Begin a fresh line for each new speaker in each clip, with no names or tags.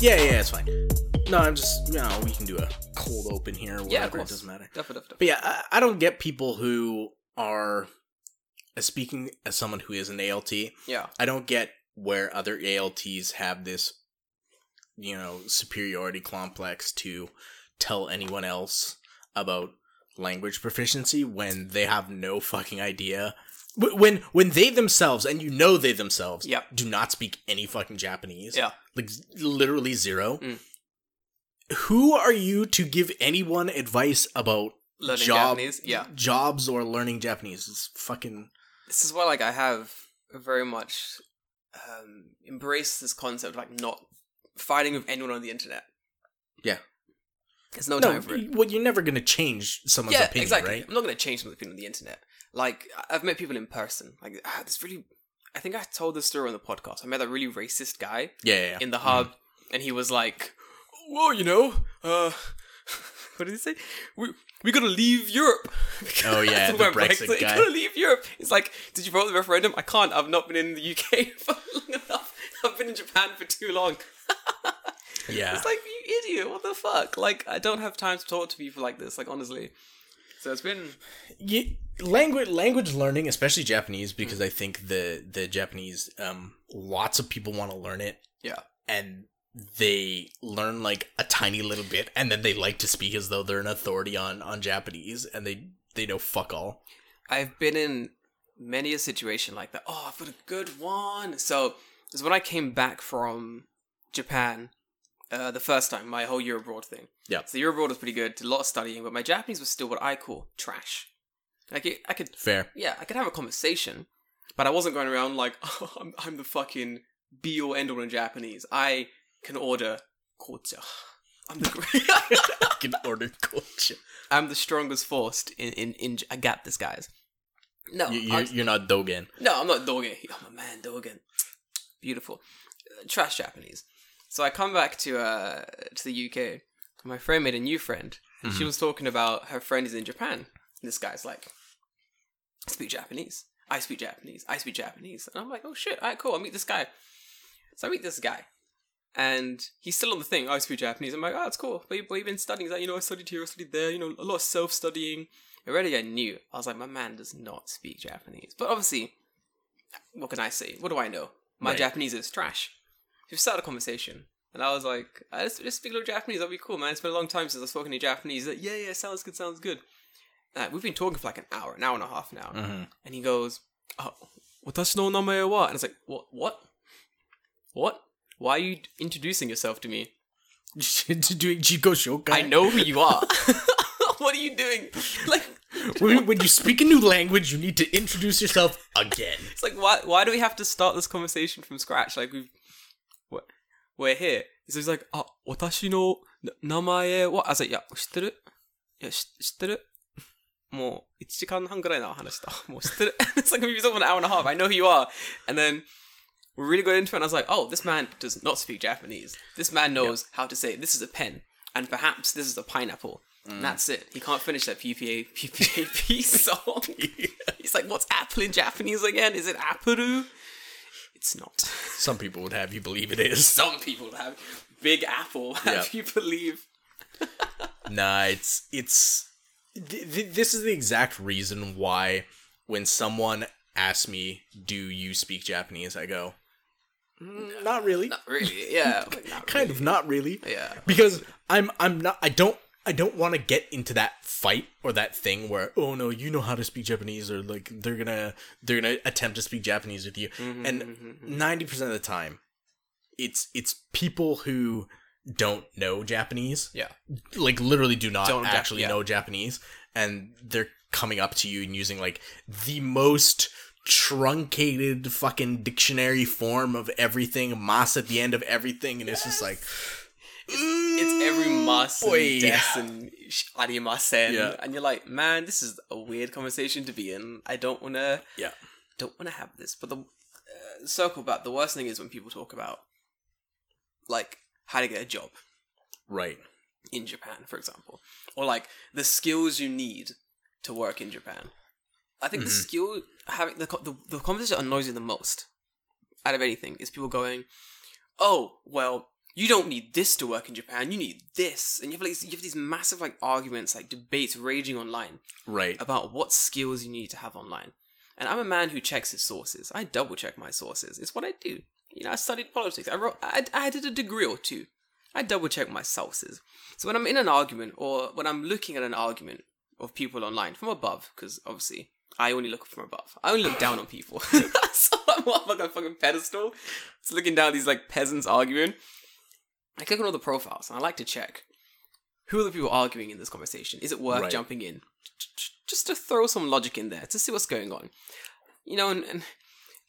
Yeah, yeah, it's fine. No, I'm just you know, we can do a cold open here. Whatever,
Yeah, of
it
course.
doesn't matter.
Definitely, definitely.
But yeah, I, I don't get people who are as speaking as someone who is an ALT.
Yeah.
I don't get where other ALTs have this, you know, superiority complex to tell anyone else about language proficiency when they have no fucking idea. Wh- When when they themselves and you know they themselves
Yeah.
do not speak any fucking Japanese.
Yeah.
like z- literally zero.
Mm.
Who are you to give anyone advice about
Learning
job-
Japanese. Yeah.
jobs or learning Japanese? It's fucking
This is why, like, I have very much um, embraced this concept of, like, not fighting with anyone on the internet.
Yeah.
There's no,
no.
time for it.
y- Well, you're never gonna change someone's
yeah,
opinion,
exactly.
right?
I'm not going to change someone's opinion on the internet. Like, I- I've met people in person. Like, ah, this really. I think I told this story on the podcast. I met that really racist guy
Yeah, yeah, Mm-hmm. yeah.
in the hub, and he was like, "Well, you know, uh, what did he say? We we gotta leave Europe."
Oh, yeah,
Talking
the
about
Brexit
We
guy.
gotta leave Europe. It's like, did you vote the referendum? I can't. I've not been in the UK for long enough. I've been in Japan for too long.
Ah. Yeah.
It's like you idiot. What the fuck? Like, I don't have time to talk to people like this. Like, honestly. So it's been
Ye- language language learning, especially Japanese, because I think the the Japanese um lots of people want to learn it.
Yeah.
And they learn like a tiny little bit and then they like to speak as though they're an authority on on Japanese and they they know fuck all.
I've been in many a situation like that. Oh, I've got a good one. So it's when I came back from Japan uh, the first time, my whole year abroad thing.
Yeah.
So the year abroad was pretty good, did a lot of studying, but my Japanese was still what I call trash. Like it, I could,
Fair.
yeah, I could have a conversation, but I wasn't going around like oh, I'm, I'm the fucking be all end all in Japanese. I can order kocha. I'm the
Can order culture.
I'm the strongest force in in in. I got this, guys. No,
You,
Oh, I-
you're, you're not Dogen.
no, I'm not Dogen. I'm a man, Dogen. Beautiful. Uh, trash Japanese. So I come back to uh, to the UK. My friend made a new friend. And She was talking about her friend is in Japan. And this guy's like, I speak Japanese. I speak Japanese. I speak Japanese. And I'm like, oh shit, all right, cool. I'll meet this guy. So I meet this guy. And he's still on the thing. I speak Japanese. I'm like, oh, it's cool. But you, but you've been studying. He's like, you know, I studied here, I studied there. You know, a lot of self studying. Already, I knew. I was like, my man does not speak Japanese. But obviously, what can I say? What do I know? My
Right.
Japanese is trash. We started a conversation, and I was like, "Uh, I just, just speak a little Japanese. That'd be cool, man. It's been a long time since I've spoken any Japanese. He's like, yeah, yeah, sounds good, sounds good. Uh, we've been talking for like an hour, an hour and a half now.
Mhm.
And he goes, oh, 私の名前は? And it's like, what? What? What? Why are you introducing yourself to me?
Doing Jiko Shokai.
I know who you are. what are you doing? Like,
When, when you speak a new language, you need to introduce yourself again.
It's like why why do we have to start this conversation from scratch? Like we've we're, we're here. So he's like, ah, 私の名前は I was like, いや、知ってるいや、知知ってるもう、1時間半ぐらいの話だ。もう知ってる It's like, we've been talking for an hour and a half. I know who you are. And then, we really got into it, and I was like, oh, this man does not speak Japanese. This man knows how to say, this is a pen, and perhaps this is a pineapple. And that's it. He can't finish that PPA, PPAP song. He's like, what's apple in Japanese again? Is it apple? It's not.
Some people would have you believe it is.
Some people have big apple. Have you believe?
Nah, it's it's th- th- this is the exact reason why when someone asks me, "Do you speak Japanese?" I go, "Mm, "Not really."
Really? Yeah. like, not
Kind of not really.
Yeah.
Because I'm I'm not I don't I don't want to get into that fight or that thing where oh no you know how to speak Japanese or like they're gonna they're gonna attempt to speak Japanese with you and ninety percent of the time it's it's people who don't know Japanese
Yeah.
like literally do not
Don't-
actually
yeah.
know Japanese, and they're coming up to you and using like the most truncated fucking dictionary form of everything, mas at the end of everything, and it's just like "Mm,
It's every mas and
Boy.
des and sh- arimasen,
Yeah.
and you're like, man, this is a weird conversation to be in. I don't wanna,
yeah,
don't wanna have this. But the uh, circle back. The worst thing is when people talk about like how to get a job
right,
in Japan, for example, or like the skills you need to work in Japan. I think the skill having the, co- the the conversation that annoys you the most out of anything is people going, "Oh, well, you don't need this to work in Japan. You need this, and you have like these- you have these massive like arguments, like debates raging online
Right.
about what skills you need to have online. And I'm a man who checks his sources. I double check my sources. It's what I do. You know, I studied politics. I wrote. I, I did a degree or two. I double check my sources. So when I'm in an argument or when I'm looking at an argument of people online from above, because obviously I only look from above. I only look down on people. so I'm on like a fucking pedestal. It's looking down at these like peasants arguing. I click on all the profiles and I like to check who are the people arguing in this conversation. Is it worth
Right.
jumping in? J- j- Just to throw some logic in there to see what's going on. You know, and, and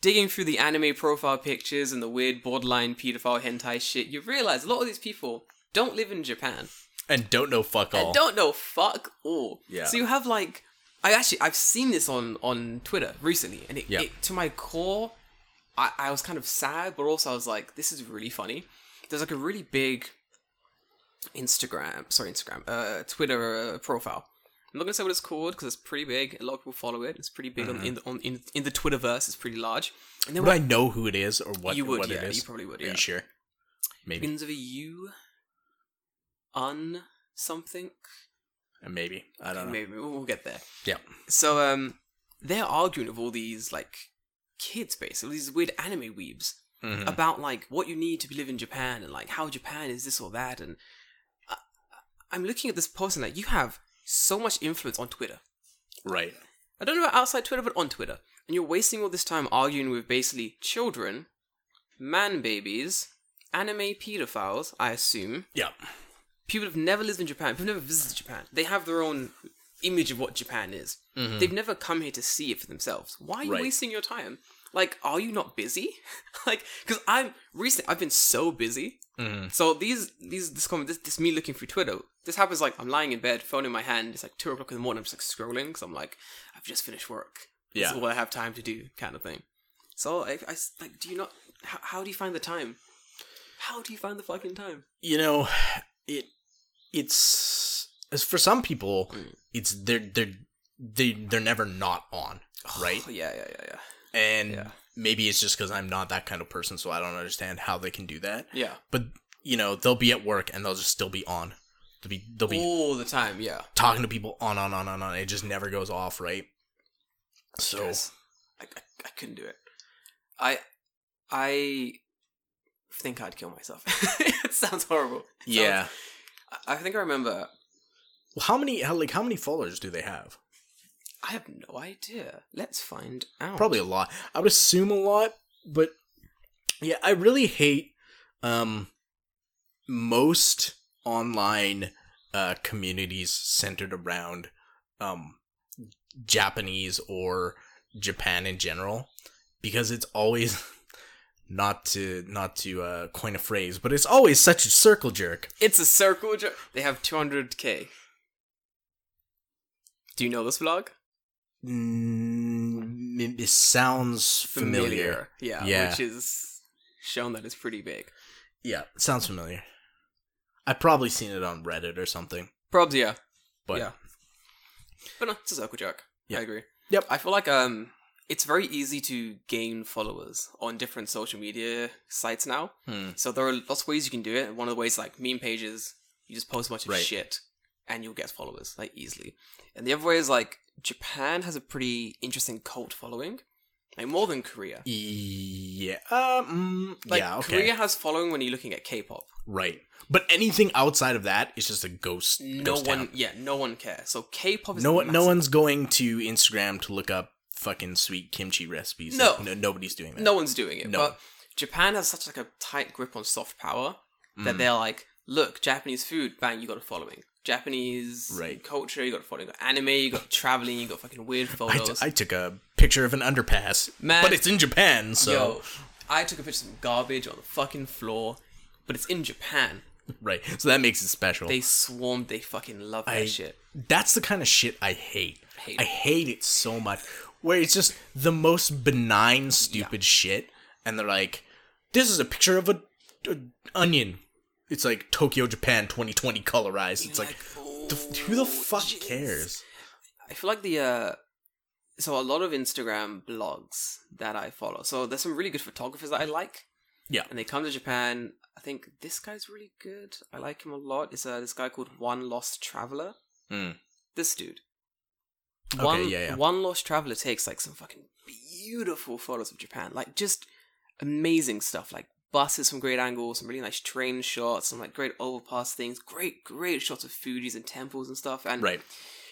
digging through the anime profile pictures and the weird borderline pedophile hentai shit, you realize a lot of these people don't live in Japan
And don't know fuck all.
and don't know fuck all.
Yeah.
So you have like, I actually I've seen this on on Twitter recently, and it,
Yeah.
it to my core, I I was kind of sad, but also I was like, this is really funny. There's like a really big Instagram, sorry Instagram, uh, Twitter uh, profile. I'm not gonna say what it's called because it's pretty big. A lot of people follow it. It's pretty big
Mm-hmm.
on, in the on, in, in the Twitterverse. It's pretty large. And there
Would
were
I know who it is or what,
you would,
what
yeah,
it is?
you probably would,
Are
yeah.
you sure? Maybe.
Begins with a U, un something.
Maybe. I don't know.
Maybe we'll we'll get there.
Yeah.
So um, they're arguing with all these like kids, basically these weird anime weebs
Mhm.
about like what you need to be live in Japan and like how Japan is this or that. And uh, I, I'm looking at this person like you have so much influence on Twitter.
Right.
I don't know about outside Twitter, but on Twitter, and you're wasting all this time arguing with basically children, man babies, anime pedophiles, I assume
Yeah.
people have never lived in Japan, people have never visited Japan. They have their own image of what Japan is. They've never come here to see it for themselves. Why are you
Mm-hmm. Right.
wasting your time? Like, are you not busy? like, because I'm recently I've been so busy.
Mm-hmm.
So these these this comment this, this me looking through Twitter. This happens like I'm lying in bed, phone in my hand. It's like two o'clock in the morning. I'm just like scrolling because I'm like I've just finished work. This
Yeah.
is all I have time to do, kind of thing. So I, I s- like, do you not? How, how do you find the time? How do you find the fucking time?
you know it it's as for some people
Mm.
it's they're they're they, they're never not on right
Oh, yeah, yeah, yeah, yeah.
and
yeah.
maybe it's just because i'm not that kind of person so i don't understand how they can do that
Yeah.
but you know they'll be at work and they'll just still be on they'll be they'll be
all the time. Yeah.
talking to people on on on on on it just never goes off right so
Guys, I, I, I couldn't do it. I I think I'd kill myself. it sounds horrible. It
yeah
sounds- I, I think I remember.
well, how many how like how many followers do they have
I have no idea. Let's find out.
Oh. probably a lot i would assume a lot but yeah i really hate um most online uh communities centered around um japanese or japan in general because it's always not to not to uh coin a phrase but it's always such a circle jerk
It's a circle. Jo- they have 200k. Do you know this vlog?
mm, it- it sounds familiar.
Yeah.
Yeah.
Which is shown that it's pretty big.
yeah it sounds familiar i probably seen it on reddit or something
Probably yeah.
but
Yeah. But no, it's a circle jerk.
Yeah.
I agree.
Yep.
I feel like um it's very easy to gain followers on different social media sites now.
Hmm.
So there are lots of ways you can do it. And One of the ways like meme pages, you just post a bunch of
Right.
shit and you'll get followers, like easily. And the other way is like Japan has a pretty interesting cult following. Like more than Korea.
Yeah. Um.
Like
yeah. Okay.
Korea has following when you're looking at K pop.
Right. But anything outside of that is just a ghost.
No
ghost
one
town.
yeah, no one cares. So K pop is
No one. No
massive.
one's going to Instagram to look up fucking sweet kimchi recipes.
No.
Like, no nobody's doing that.
no one's doing it.
No.
But Japan has such like a tight grip on soft power
Mm.
that they're like, look, Japanese food, bang, you got a following. Japanese
Right.
culture, you got a following. You got anime, you got traveling, you got fucking weird
I, t-
photos.
I took a picture of an underpass,
Man.
but it's in Japan, so
Yo, I took a picture of some garbage on the fucking floor, but it's in Japan.
right. So that makes it special.
They swarmed. They fucking love that
I-
shit.
That's the kind of shit I hate.
Hate.
I hate it so much. Where it's just the most benign, stupid shit, and they're like, "This is a picture of a, a onion." It's like Tokyo, Japan, 2020 colorized. It's like, the, who the fuck
"Oh, jeez.
cares?
I feel like the uh so a lot of Instagram blogs that I follow. So there's some really good photographers that I like.
Yeah.
And they come to Japan. I think this guy's really good. I like him a lot. It's uh, this guy called One Lost Traveler.
Mm.
This dude.
Okay,
one,
yeah, yeah.
One Lost Traveler takes like some fucking beautiful photos of Japan. Like just amazing stuff. Like buses from great angles, some really nice train shots, some like great overpass things, great, great shots of Fuji's and temples and stuff. And
Right.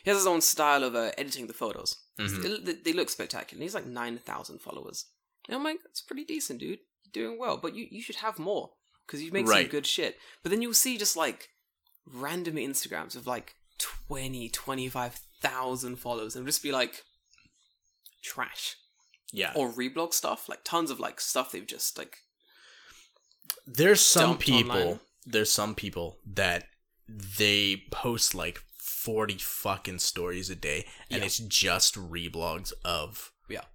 he has his own style of uh, editing the photos.
Mhm.
They- They, they look spectacular. And he's like 9,000 followers. And I'm like, that's pretty decent, dude. You're doing well. But you, you should have more because you make some
Right.
good shit. But then you'll see just like random Instagrams of like 20, 25,000 followers and just be like, trash.
Yeah.
Or reblog stuff. Like tons of like stuff they've just like,
There's some
dumped
people.
online.
There's some people that they post like forty fucking stories a day, and
Yeah.
it's just reblogs of
Yeah.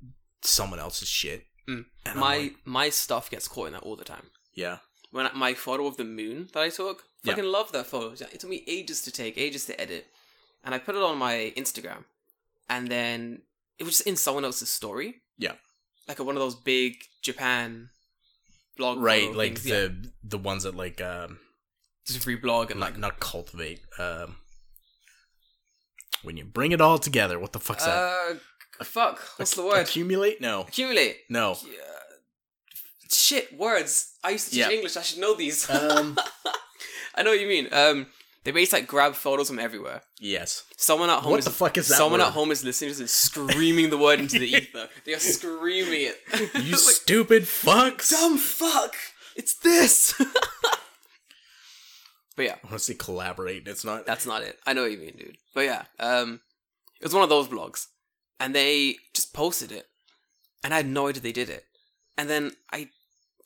someone else's shit.
Mm.
And I'm
my,
like,
my stuff gets caught in that all the time.
yeah,
when I, my photo of the moon that I took,
Yeah.
fucking love that photo. It took me ages to take, ages to edit, and I put it on my Instagram, and then it was just in someone else's story.
Yeah.
like one of those big Japan blog,
right.
photo
Like
things, yeah.
the the ones that like um
just reblog and like
not not cultivate um when you bring it all together. What the fuck's that?
uh, fuck, what's the
Ac-
word?
Accumulate? No,
Accumulate.
no.
Yeah. Shit, words. I used to teach
Yeah.
English. I should know these.
um,
I know what you mean. Um, they basically like grab photos from everywhere.
yes.
Someone at home
What
is
the fuck is that?
Someone
word?
at home is listening to this, screaming the word into the ether. They are screaming it.
You
It's like,
stupid fucks.
dumb fuck! It's this! but yeah,
I want to say collaborate. It's not.
that's not it. I know what you mean, dude. But yeah, um, it was one of those blogs. And they just posted it. And I had no idea they did it. And then I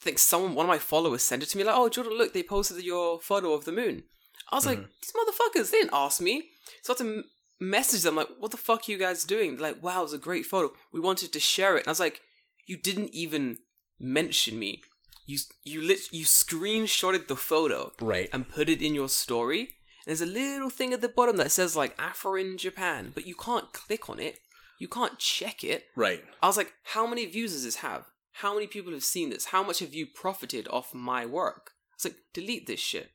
think someone, one of my followers sent it to me like, oh, Jordan, look, they posted your photo of the moon. I was like, these motherfuckers, they didn't ask me. So I had to m- message them like, what the fuck are you guys doing? They're like, wow, it was a great photo. We wanted to share it. And I was like, you didn't even mention me. You you lit you screenshotted the photo
Right.
and put it in your story. There's a little thing at the bottom that says like Afro in Japan, but you can't click on it. You can't check it.
Right.
I was like, how many views does this have? How many people have seen this? How much have you profited off my work? I was like, delete this shit.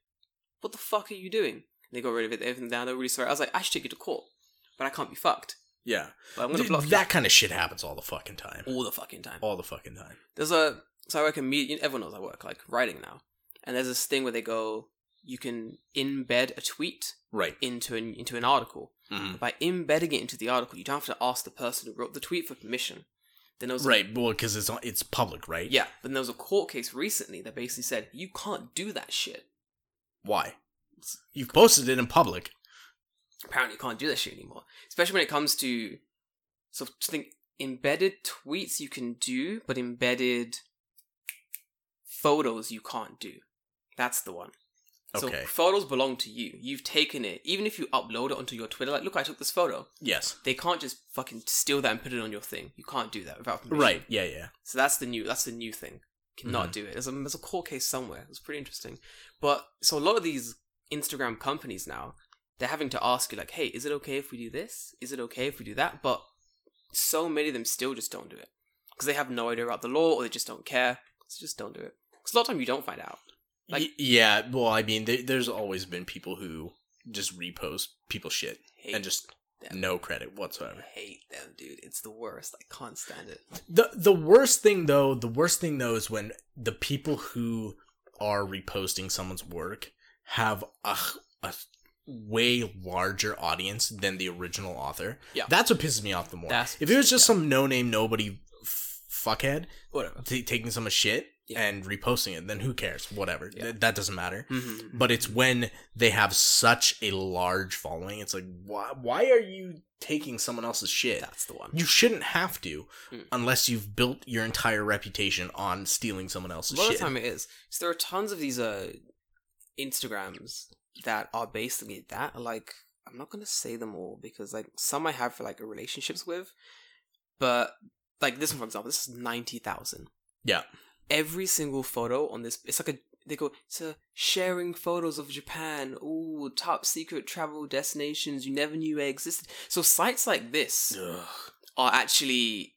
What the fuck are you doing? And they got rid of it, everything down, they're really sorry. I was like, I should take you to court. But I can't be fucked.
Yeah.
But I'm gonna
Dude,
block you
that kind of shit happens all the fucking time.
all the fucking time.
All the fucking time.
There's a so I work in media. Everyone knows I work like writing now, and there's this thing where they go, you can embed a tweet
Right.
into an into an article.
Mhm.
By embedding it into the article, you don't have to ask the person who wrote the tweet for permission. Then there was
Right. Well, because it's on, it's public, right?
yeah. Then there was a court case recently that basically said you can't do that shit.
Why? You've posted it in public.
Apparently, you can't do that shit anymore, especially when it comes to so I think embedded tweets you can do, but embedded photos you can't do. That's the one.
Okay.
So photos belong to you. You've taken it. Even if you upload it onto your Twitter, like, look, I took this photo.
yes.
They can't just fucking steal that and put it on your thing. You can't do that without permission.
Right. Mm-hmm. Yeah. Yeah.
So that's the new. That's the new thing. Cannot do it. There's a there's a court case somewhere. It's pretty interesting. But so a lot of these Instagram companies now, they're having to ask you like, hey, is it okay if we do this? Is it okay if we do that? But so many of them still just don't do it because they have no idea about the law or they just don't care. So just don't do it. Because a lot of time you don't find out. Like-
Y- yeah. Well, I mean, there there's always been people who just repost people shit
Hate
and just
them.
no credit whatsoever.
hate them, dude. It's the worst. I can't stand it.
the the worst thing though the worst thing though is when the people who are reposting someone's work have a, a way larger audience than the original author
Yeah.
that's what pisses me off the more
That's-
if it was just some no name nobody f- fuckhead
Whatever.
t- taking someone's shit
Yeah.
and reposting it then who cares whatever
Yeah.
Th- that doesn't matter
Mm-hmm.
but it's when they have such a large following it's like why why are you taking someone else's shit
That's the one.
you shouldn't have to
Mm.
unless you've built your entire reputation on stealing someone
A
else's
lot
shit.
of time it is. So there are tons of these uh Instagrams that are basically that. Like I'm not gonna say them all because like some I have for like relationships with, but like this one for example, this is ninety thousand.
Yeah.
Every single photo on this, it's like a they go it's a sharing photos of Japan. Ooh, top secret travel destinations you never knew existed. So sites like this.
Ugh.
are actually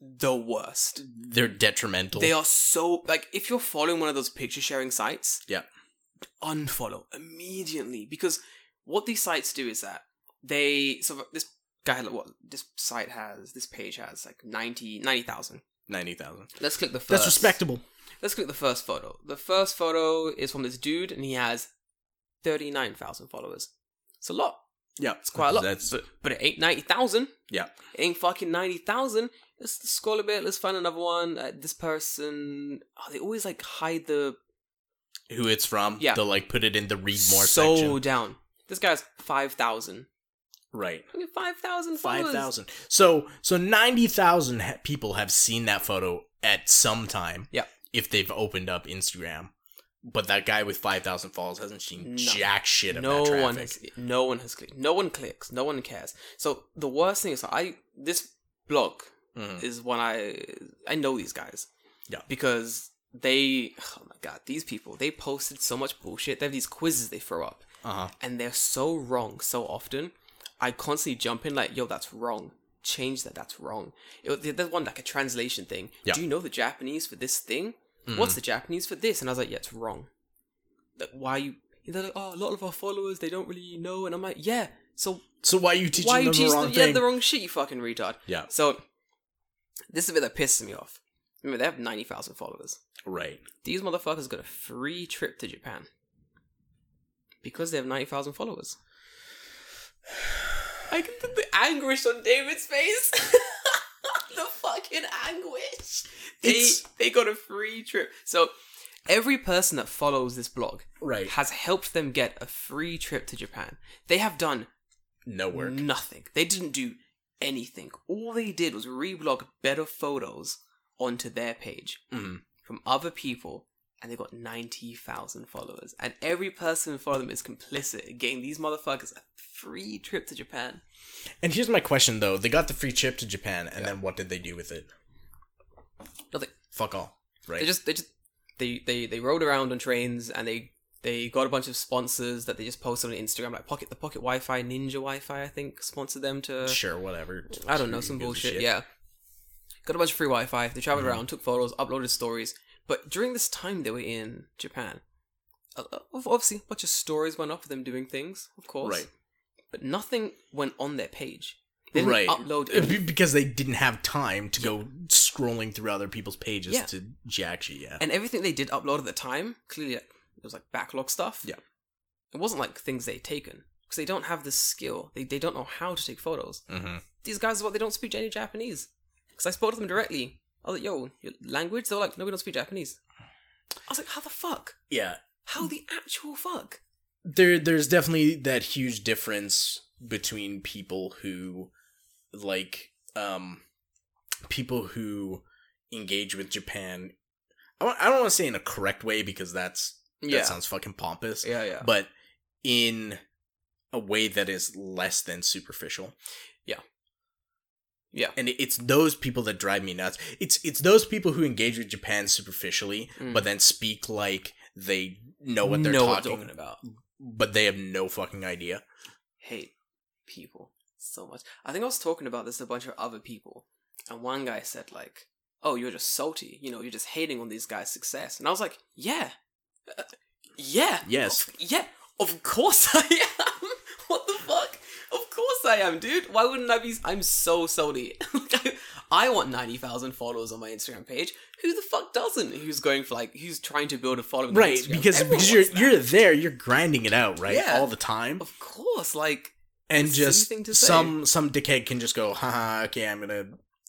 the worst.
They're detrimental.
They are so like if you're following one of those picture sharing sites,
Yeah.
unfollow immediately because what these sites do is that they so this guy had like, what this site has this page has like 90 90,000.
90,000.
Let's click the first.
That's respectable.
Let's click the first photo. The first photo is from this dude and he has 39,000 followers. It's a lot,
Yeah.
It's quite a lot.
That's
but it ain't 90,000.
Yeah.
It ain't fucking 90,000. Let's scroll a bit. Let's find another one. Uh, this person, oh, they always like hide the
who it's from.
Yeah.
They'll like put it in the read more
so
section.
down. This guy's 5,000.
Right.
Look at 5,000 followers.
5,000. So so 90,000 ha- people have seen that photo at some time.
Yeah.
If they've opened up Instagram. But that guy with 5,000 followers hasn't seen
No.
jack shit of
No
that traffic.
one has, no one has clicked. No one clicks. No one cares. So the worst thing is I this blog
Mhm.
is when I I know these guys.
Yeah.
Because they oh my god, these people, they posted so much bullshit. They have these quizzes they throw up
Uh-huh.
and they're so wrong so often. I constantly jump in like, yo, that's wrong. Change that. That's wrong. It, was- there's one like a translation thing.
Yeah.
Do you know the Japanese for this thing?
Mm-hmm. Hmm.
What's the Japanese for this? And I was like, yeah, it's wrong. Like, why you? And they're like, oh, a lot of our followers they don't really know. And I'm like, yeah. So
So why are you teaching
why you
them
teach
the wrong
them? Yeah,
thing?
the wrong shit. You fucking retard.
yeah.
So this is a bit that pisses me off. Remember, they have ninety thousand followers.
Right.
These motherfuckers got a free trip to Japan because they have ninety thousand followers. I can the anguish on David's face. the fucking anguish. They
It's-
they got a free trip. So every person that follows this blog
Right.
has helped them get a free trip to Japan. They have done
No work.
Nothing. They didn't do anything. All they did was reblog better photos onto their page
Mhm.
from other people, and they got 90,000 followers. And every person who followed them is complicit in getting these motherfuckers a free trip to Japan.
And here's my question though: They got the free trip to Japan, and then what did they do with it?
Nothing.
Fuck all. Right.
They just, they just, they, they, they rode around on trains and they, they got a bunch of sponsors that they just posted on Instagram, like Pocket the Pocket Wi Fi, Ninja Wi Fi, I think, sponsored them to.
sure, whatever.
uh, I don't know,
Who
some
gives a
bullshit.
shit?
Yeah. Got a bunch of free Wi Fi. They traveled
Mhm.
around, took photos, uploaded stories. But during this time they were in Japan, a- a- obviously, a bunch of stories went up of them doing things, of course.
Right.
But nothing went on their page. They didn't
right.
upload
Uh, be-
any-
because they didn't have time to go scrolling through other people's pages
Yeah.
to jack shit. Yeah.
And everything they did upload at the time, clearly like, it was like backlog stuff.
Yeah.
It wasn't like things they'd taken. Because they don't have this skill. They, they don't know how to take photos.
mm-hmm.
these guys is what they don't speak any Japanese. Because I spoke to them directly. I was like, yo, your language? They were like, no, we don't speak Japanese. I was like, how the fuck?
Yeah.
How the actual fuck?
There, there's definitely that huge difference between people who, like, um, people who engage with Japan. I don't, I don't want to say in a correct way because that's that sounds fucking pompous.
yeah, yeah.
but in a way that is less than superficial.
Yeah. Yeah.
And it- it's those people that drive me nuts. It's it's those people who engage with Japan superficially
Mm.
but then speak like they know what they're
Know what
talking,
talking about.
but they have no fucking idea.
Hate people so much. I think I was talking about this to a bunch of other people. And one guy said, like, oh, you're just salty. You know, you're just hating on these guys' success. And I was like, yeah. Uh, yeah.
Yes.
Of- yeah. Of course I am. what the fuck? Of course I am, dude. Why wouldn't I be? I'm so salty. Like, I I want 90,000 followers on my Instagram page. Who the fuck doesn't? Who's going for like, who's trying to build a following? on
Right,
Instagram?
because
Everyone
because you're
wants that.
you're there, you're grinding it out, right?
Yeah.
All the time.
Of course, like,
And
It's a silly
just
thing to say.
some some dickhead can just go, haha, okay, I'm gonna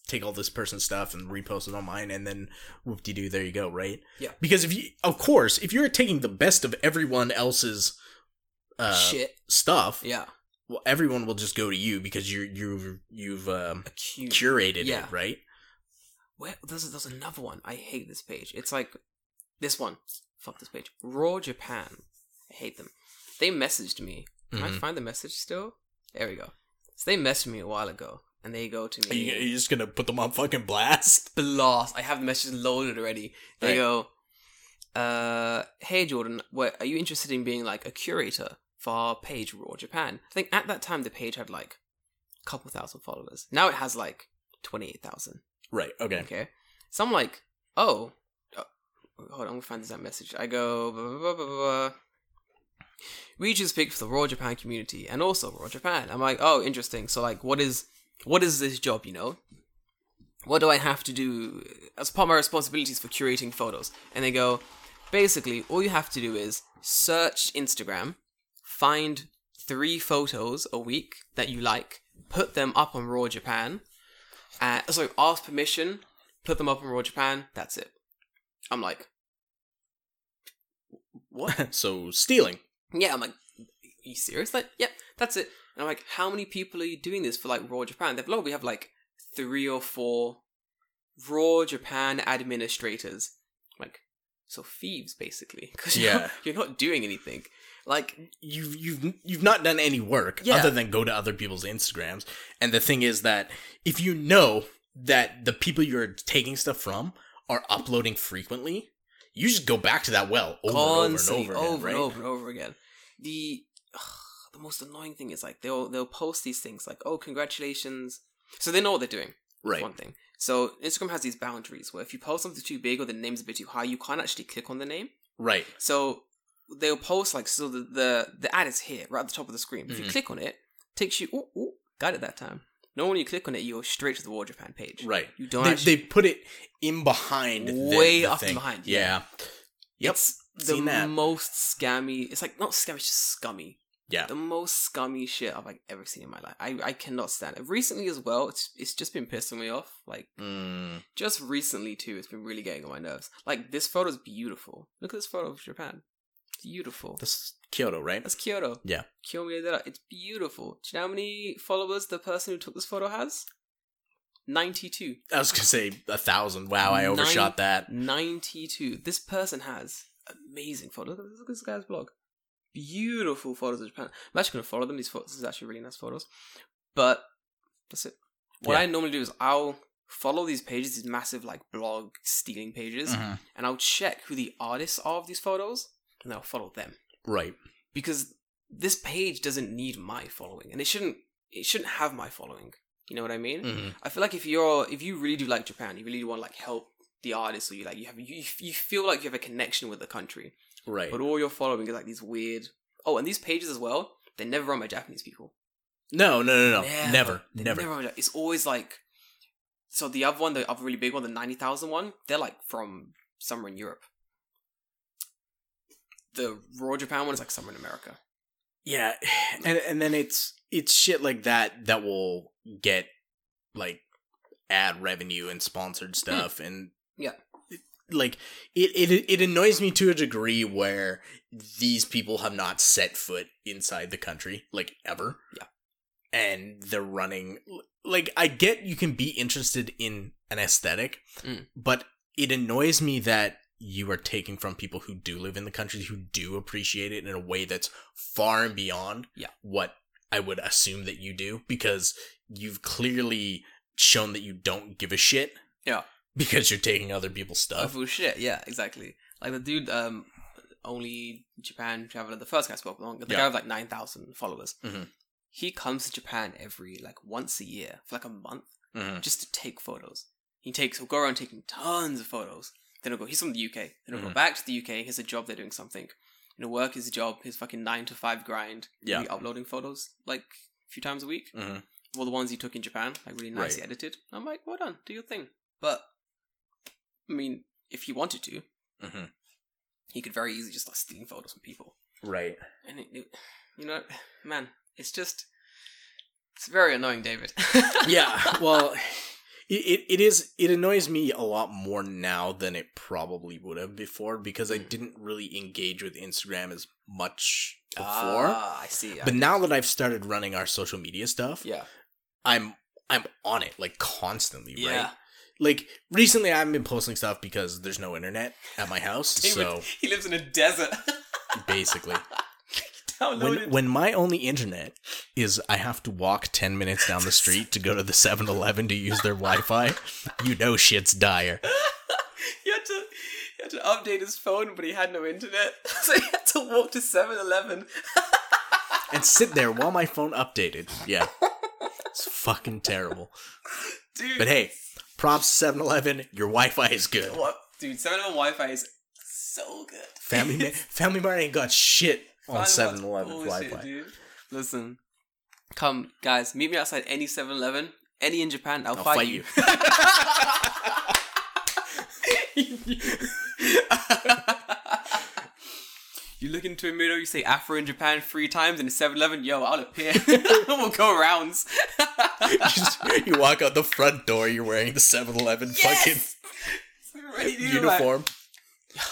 take all this person's stuff and repost it on mine, and then whoop de doo, there you go, right?
Yeah.
Because if you, of course, if you're taking the best of everyone else's uh,
shit.
stuff,
Yeah.
well, everyone will just go to you because you you've you've um,
Acute.
curated
Yeah.
it, right?
Where there's there's another one. I hate this page. It's like this one. Fuck this page. Raw Japan. I hate them. They messaged me. Can I
Mhm.
find the message still? There we go. So they messaged me a while ago, and they go to
Are
me.
you, are you just gonna put them on fucking blast?
blast. I have the messages loaded already. They
Right.
go, uh, "Hey Jordan, what, are you interested in being like a curator for our page Raw Japan?" I think at that time the page had like a couple thousand followers. Now it has like twenty eight thousand.
Right. Okay.
Okay. So I'm like, oh, uh, hold on, I'm gonna find this that message. I go, blah, blah, blah, blah, blah, blah. Regions pick for the Royal Japan community and also Royal Japan. I'm like, oh, interesting. So like, what is what is this job? You know, what do I have to do as part of my responsibilities for curating photos? And they go, basically, all you have to do is search Instagram, find three photos a week that you like, put them up on Raw Japan, uh, so ask permission, put them up on Raw Japan. That's it. I'm like, what?
so stealing.
yeah, I'm like, you serious? Like, yep, that's it. And I'm like, how many people are you doing this for? Like Raw Japan? They've like, we have like three or four Raw Japan administrators. I'm like, so thieves basically, because
Yeah.
you're not doing anything. Like,
You've you've you've not done any work
Yeah.
other than go to other people's Instagrams. And the thing is that if you know that the people you're taking stuff from are uploading frequently, you just go back to that well over
constantly,
and over and over, again, right?
and over and over again. The ugh, the most annoying thing is like they'll they'll post these things like, "Oh, congratulations!" So they know what they're doing.
Right.
One thing. So Instagram has these boundaries where if you post something too big or the name's a bit too high, you can't actually click on the name.
Right.
So they'll post like, so the the, the ad is here, right at the top of the screen. If you
Mhm.
click on it, takes you. Ooh, ooh, got it that time. No, when you click on it, you're straight to the War Japan page.
Right.
You don't.
They,
actually,
they put it in behind the-
Way
the
up
thing.
behind,
Yeah.
yeah.
Yep.
It's the
seen that.
most scammy. It's like not scammy, it's just scummy.
Yeah.
the most scummy shit I've like ever seen in my life. I, I cannot stand it. Recently as well, it's it's just been pissing me off. Like
Mm,
just recently too, it's been really getting on my nerves. Like this photo's beautiful. Look at this photo of Japan. It's beautiful.
this is Kyoto, right?
That's Kyoto.
Yeah.
Kyomi Edera. It's beautiful. Do you know how many followers the person who took this photo has? 92.
I was gonna say a thousand. Wow, I overshot that.
92. This person has amazing photos. Look at this, look at this guy's blog. Beautiful photos of Japan. I'm actually going to follow them. These photos these are actually really nice photos. But that's it. What
Yeah.
I normally do is I'll follow these pages, these massive like blog stealing pages,
Mhm.
and I'll check who the artists are of these photos, and I'll follow them
Right.
because this page doesn't need my following, and it shouldn't. It shouldn't have my following. You know what I mean?
Mhm.
I feel like if you're if you really do like Japan, you really want to like help the artists, or you like you have you, you feel like you have a connection with the country,
Right.
but all you're following is like these weird. Oh, and these pages as well. They're never run by Japanese people.
No, no, no, no. Never. Never.
They're never run by, it's always like. So the other one, the other really big one, the ninety thousand one, they're like from somewhere in Europe. The Raw Japan one is like somewhere in America.
Yeah. And and then it's it's shit like that that will get like ad revenue and sponsored stuff and
Yeah.
Like it, it it annoys me to a degree where these people have not set foot inside the country like ever.
Yeah.
And they're running like I get you can be interested in an aesthetic,
Mm.
but it annoys me that you are taking from people who do live in the country who do appreciate it in a way that's far and beyond
Yeah.
what I would assume that you do because you've clearly shown that you don't give a shit.
Yeah.
Because you're taking other people's
Oh,
stuff.
full shit. Yeah, exactly. Like the dude, um, only Japan traveler, the first guy I spoke along, the
Yeah.
guy with like nine thousand followers.
Mhm.
He comes to Japan every like once a year for like a month
Mhm.
just to take photos. He takes he'll go around taking tons of photos. Then he'll go. He's from the UK. Then he'll go
Mhm.
back to the UK. He has a job. They're doing something. You know, work his job. His fucking nine to five grind.
Yeah.
He'll be uploading photos like a few times a week
Mhm.
well, the ones you took in Japan, like really nicely edited. I'm like, well done, do your thing. But I mean, if he wanted to,
Mhm.
he could very easily just start stealing photos from people.
Right.
And it, it- you know, man, it's just it's very annoying, David.
yeah well it, it, it is it annoys me a lot more now than it probably would have before because i
Mm.
didn't really engage with instagram as much before
Ah, I see. I
but now that i've started running our social media stuff
yeah,
i'm i'm on it like constantly
yeah.
right like recently i've been posting stuff because there's no internet at my house
David,
so
he lives in a desert.
basically
Downloaded.
when when my only internet is I have to walk 10 minutes down the street to go to the 7-Eleven to use their Wi-Fi, you know shit's dire.
he, had to, he had to update his phone, but he had no internet, so he had to walk to 7-Eleven.
And sit there while my phone updated. Yeah. It's fucking terrible.
Dude,
But hey, Props 7-Eleven. Your Wi-Fi is good.
What? Dude, 7 Eleven Wi Fi is so good.
Family Ma- Family Mart ain't got shit on 7-Eleven
Bullshit,
Wi-Fi.
dude. Listen, come, guys, meet me outside any 7 Eleven, any in Japan, I'll,
I'll
fight,
fight
you. you look into a mirror, you say Afro in Japan three times, and it's 7 Eleven, yo, I'll appear. we'll go rounds.
you, just- you walk out the front door, you're wearing the 7-Eleven
Yes! Ready to
fucking
do that.
uniform.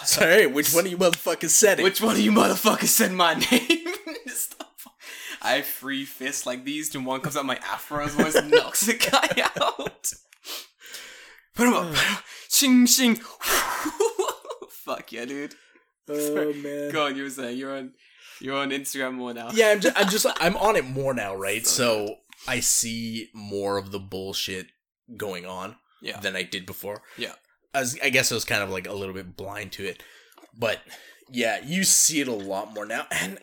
Sorry, which one of you motherfuckers said it?
Which one of you motherfuckers said my name? Stop. I have three fists like these, and one comes out my afro as well as knocks the guy out. Put him up. Shing shing. Fuck yeah, dude.
oh man.
Go on, you were saying you're on you're on Instagram more now.
yeah, I'm just, I'm just I'm on it more now, right? So I see more of the bullshit going on
Yeah.
than I did before.
Yeah.
I, was, I guess I was kind of like a little bit blind to it, but yeah, you see it a lot more now. And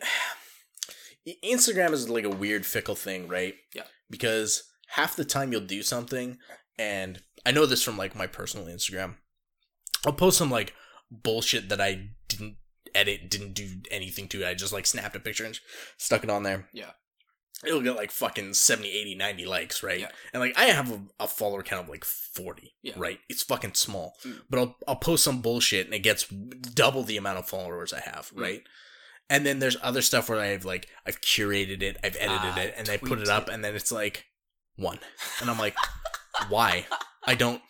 Instagram is like a weird fickle thing, right?
Yeah.
Because half the time you'll do something, and I know this from like my personal Instagram. I'll post some like bullshit that I didn't edit, didn't do anything to. I just like snapped a picture and stuck it on there.
Yeah.
It'll get like fucking 70, 80, 90 likes, right?
Yeah.
And like I have a, a follower count of like 40,
Yeah.
right? It's fucking small.
Mm.
But I'll, I'll post some bullshit and it gets double the amount of followers I have,
Mm.
right? And then there's other stuff where I've like, I've curated it, I've edited
Ah,
it, and I put
tweaked
it up, and then it's like one. And I'm like, why? I don't.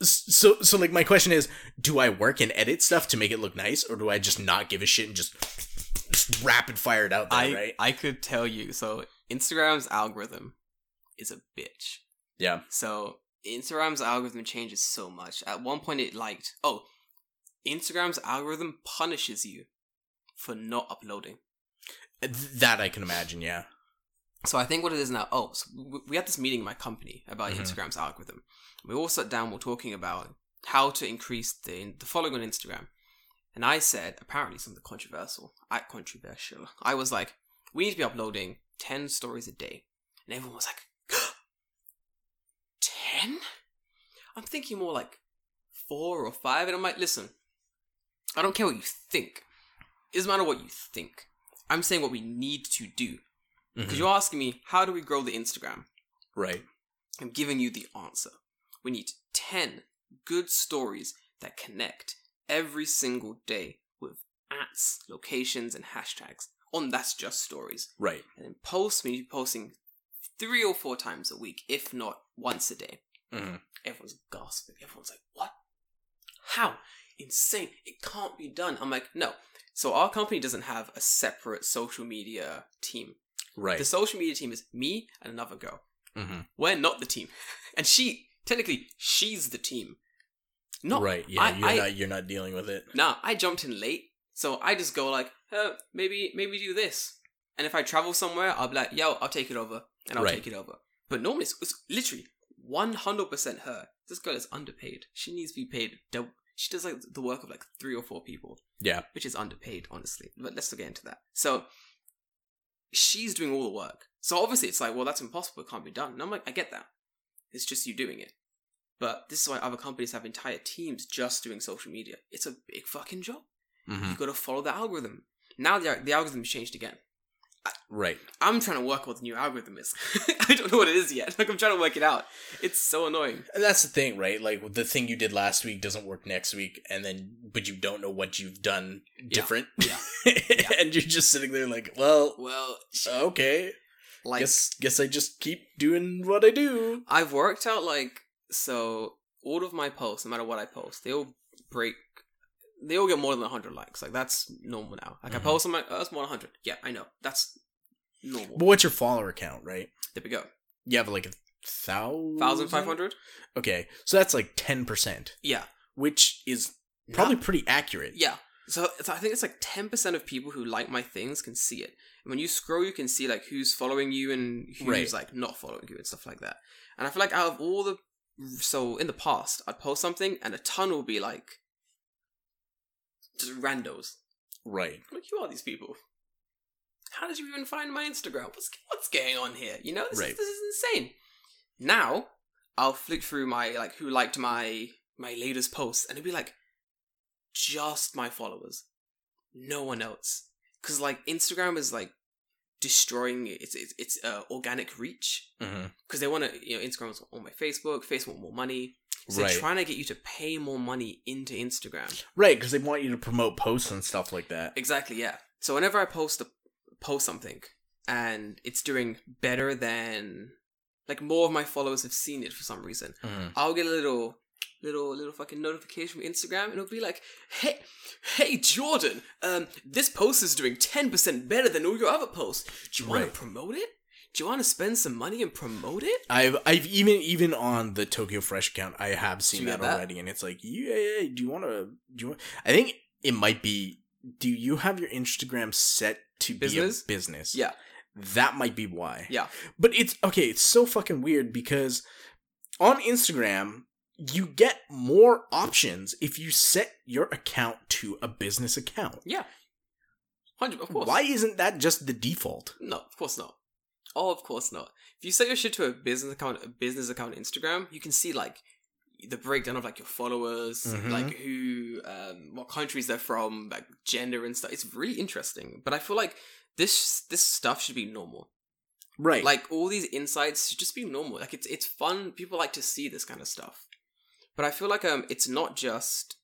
S- So, so like, my question is do I work and edit stuff to make it look nice, or do I just not give a shit and just, just rapid fire it out there,
I
right?
I could tell you. So Instagram's algorithm is a bitch.
Yeah.
So Instagram's algorithm changes so much. At one point, it liked. Oh, Instagram's algorithm punishes you for not uploading.
That I can imagine, yeah.
So I think what it is now. Oh, so w- we had this meeting in my company about
Mhm.
Instagram's algorithm. We all sat down. We're talking about how to increase the the following on Instagram. And I said, apparently something controversial. I controversial. I was like, we need to be uploading ten stories a day, and everyone was like, ten. I'm thinking more like four or five, and I'm like, listen, I don't care what you think. It doesn't matter what you think. I'm saying what we need to do. Because
Mhm.
you're asking me, how do we grow the Instagram?
Right.
I'm giving you the answer. We need 10 good stories that connect every single day with ats, locations, and hashtags on That's Just Stories.
Right.
And then post me posting three or four times a week, if not once a day.
Mhm.
Everyone's gasping. Everyone's like, what? How? Insane. It can't be done. I'm like, no. So our company doesn't have a separate social media team.
Right.
The social media team is me and another girl.
hmm
We're not the team. And she, technically, she's the team. Not
right. Yeah.
I-
you're
I-
not. You're not dealing with it.
Nah, I jumped in late, so I just go like, uh, maybe, maybe do this. And if I travel somewhere, I'll be like, yo, I'll take it over, and I'll
Right.
take it over. But normally, it's, it's literally one hundred percent her. This girl is underpaid. She needs to be paid. Double. She does like the work of like three or four people.
Yeah.
which is underpaid, honestly. But let's not get into that. So she's doing all the work. So obviously, it's like, well, that's impossible. It can't be done. And I'm like, I get that. It's just you doing it. But this is why other companies have entire teams just doing social media. It's a big fucking job.
hmm
You got to follow the algorithm. Now the the algorithm's changed again.
Right.
I'm trying to work out what the new algorithm is. I don't know what it is yet. Like I'm trying to work it out. It's so annoying.
And that's the thing, right? Like the thing you did last week doesn't work next week, and then but you don't know what you've done different.
Yeah.
and you're just sitting there like, well,
Well,
okay,
like
guess guess I just keep doing what I do.
I've worked out like so all of my posts, no matter what I post, they all break. They all get more than 100 likes. Like that's normal now. Like
Mhm.
I post, I'm like, oh, that's more than 100. Yeah, I know. That's normal.
But what's your follower count, right?
there we go.
You have like a thousand,
1,500.
Okay, so that's like ten percent,
Yeah,
which is probably pretty accurate.
yeah. So, so I think it's like 10% of people who like my things can see it. And when you scroll, you can see like who's following you and who's
Right.
like not following you and stuff like that. And I feel like out of all the so in the past, I'd post something and a ton will be like just randos.
Right.
I'm like, who are these people? How did you even find my Instagram? What's what's going on here? You know, this,
Right.
is, this is insane. Now, I'll flick through my like who liked my my latest posts, and it'd be like just my followers, no one else. Because like Instagram is like destroying its its, its uh, organic reach
Mm-hmm.
because they want to you know Instagram's on my Facebook, Facebook want more money, so
Right.
they're trying to get you to pay more money into Instagram.
Right, because they want you to promote posts and stuff like that.
Exactly, yeah. So whenever I post a post something and it's doing better than like more of my followers have seen it for some reason,
Mhm.
I'll get a little little little fucking notification from Instagram and it'll be like, Hey hey Jordan, um this post is doing ten percent better than all your other posts. Do you wanna
Right.
promote it? Do you wanna spend some money and promote it?
I've I've even even on the Tokyo Fresh account, I have seen
you
that
get that?
already, and it's like, yeah, yeah, yeah, do you want to? Do you? Want, I think it might be. Do you have your Instagram set to
Business?
be a business?
Yeah.
that might be why.
Yeah.
but it's okay. It's so fucking weird because on Instagram you get more options if you set your account to a business account.
Hundred of course.
Why isn't that just the default?
No, of course not. Oh, of course not. If you set your shit to a business account, a business account on Instagram, you can see like the breakdown of like your followers,
Mhm.
like who, um, what countries they're from, like gender and stuff. It's really interesting. But I feel like this this stuff should be normal.
Right.
Like all these insights should just be normal. Like it's it's fun. People like to see this kind of stuff. But I feel like um, it's not just.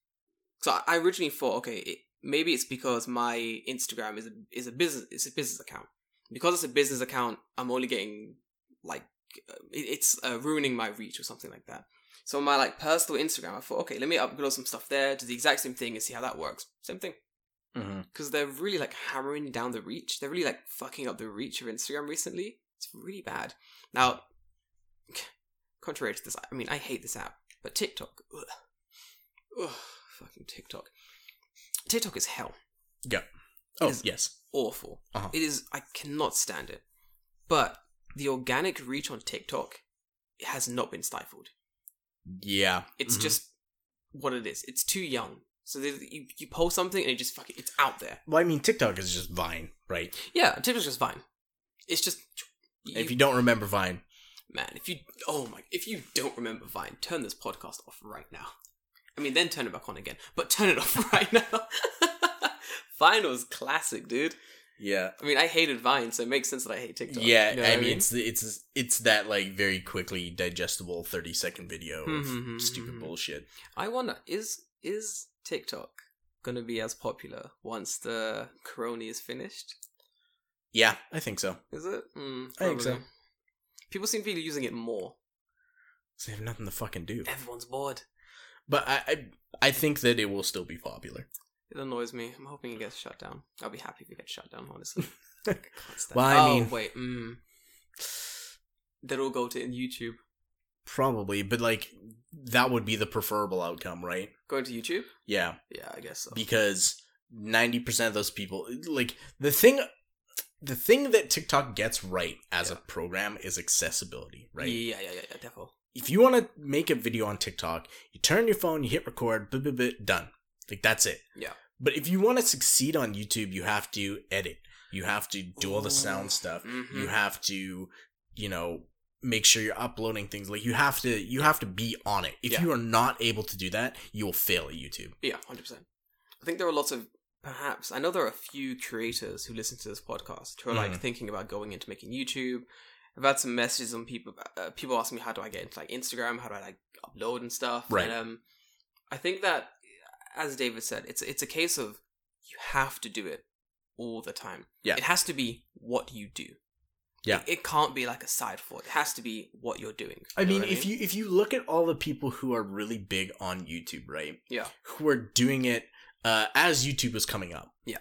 So I- I originally thought, okay, it, maybe it's because my Instagram is a, is a business it's a business account. Because it's a business account, I'm only getting like uh, it, it's uh, ruining my reach or something like that. So on my like personal Instagram, I thought, okay, let me upload some stuff there, do the exact same thing, and see how that works. Same thing
Mhm.
because they're really like hammering down the reach. They're really like fucking up the reach of Instagram recently. It's really bad. Now, contrary to this, I mean, I hate this app, but TikTok, ugh, ugh fucking TikTok, TikTok is hell.
Oh
is-
yes.
Awful.
Uh-huh.
It is. I cannot stand it. But the organic reach on TikTok has not been stifled.
Yeah.
It's
Mhm.
just what it is. It's too young. So they, you, you post something and it just fucking it's out there.
Well, I mean, TikTok is just Vine, right?
Yeah, TikTok's just Vine. It's just
if you don't remember Vine,
man, if you oh my, if you don't remember Vine, turn this podcast off right now. I mean, then turn it back on again, but turn it off right now. Vine was classic, dude.
yeah,
I mean, I hated Vine, so it makes sense that I hate TikTok.
yeah.
You know
I,
what
mean, it's the- it's it's that like very quickly digestible thirty second video
Mhm,
of stupid
mhm.
bullshit.
I wonder is is TikTok gonna be as popular once the corona is finished?
Yeah, I think so.
Is it? Mm,
I think so.
probably. People seem to be using it more.
'Cause They have nothing to fucking do.
Everyone's bored.
But I, I I think that it will still be popular.
It annoys me. I'm hoping it gets shut down. I'll be happy if it gets shut down, honestly. I can't stand-
Well, I
oh,
mean-
wait, mm. They'll all go to YouTube.
Probably, but like that would be the preferable outcome, right?
Going to YouTube?
Yeah,
Yeah, I guess so.
because ninety percent of those people, like the thing, the thing that TikTok gets right as a
Yeah.
program is accessibility, right?
Yeah, yeah, yeah, yeah, defo.
if you want to make a video on TikTok, you turn your phone, you hit record, blah, blah, blah, done. Like that's it.
Yeah.
But if you want to succeed on YouTube, you have to edit. You have to do all the sound
Ooh.
stuff.
Mhm.
You have to, you know, make sure you're uploading things. Like you have to you have to be on it. If
Yeah.
you are not able to do that, you will fail at YouTube.
Yeah, 100%. I think there are lots of, perhaps, I know there are a few creators who listen to this podcast who are like
Mhm.
thinking about going into making YouTube. I've had some messages on people, uh, people asking me how do I get into like Instagram, how do I like upload and stuff.
Right.
And, um, I think that, as David said, it's it's a case of you have to do it all the time.
Yeah.
It has to be what you do.
Yeah.
It, it can't be like a side thought. It has to be what you're doing.
I
You know
mean,
what
if you if you look at all the people who are really big on YouTube, right?
Yeah.
Who are doing it uh, as YouTube was coming up.
Yeah.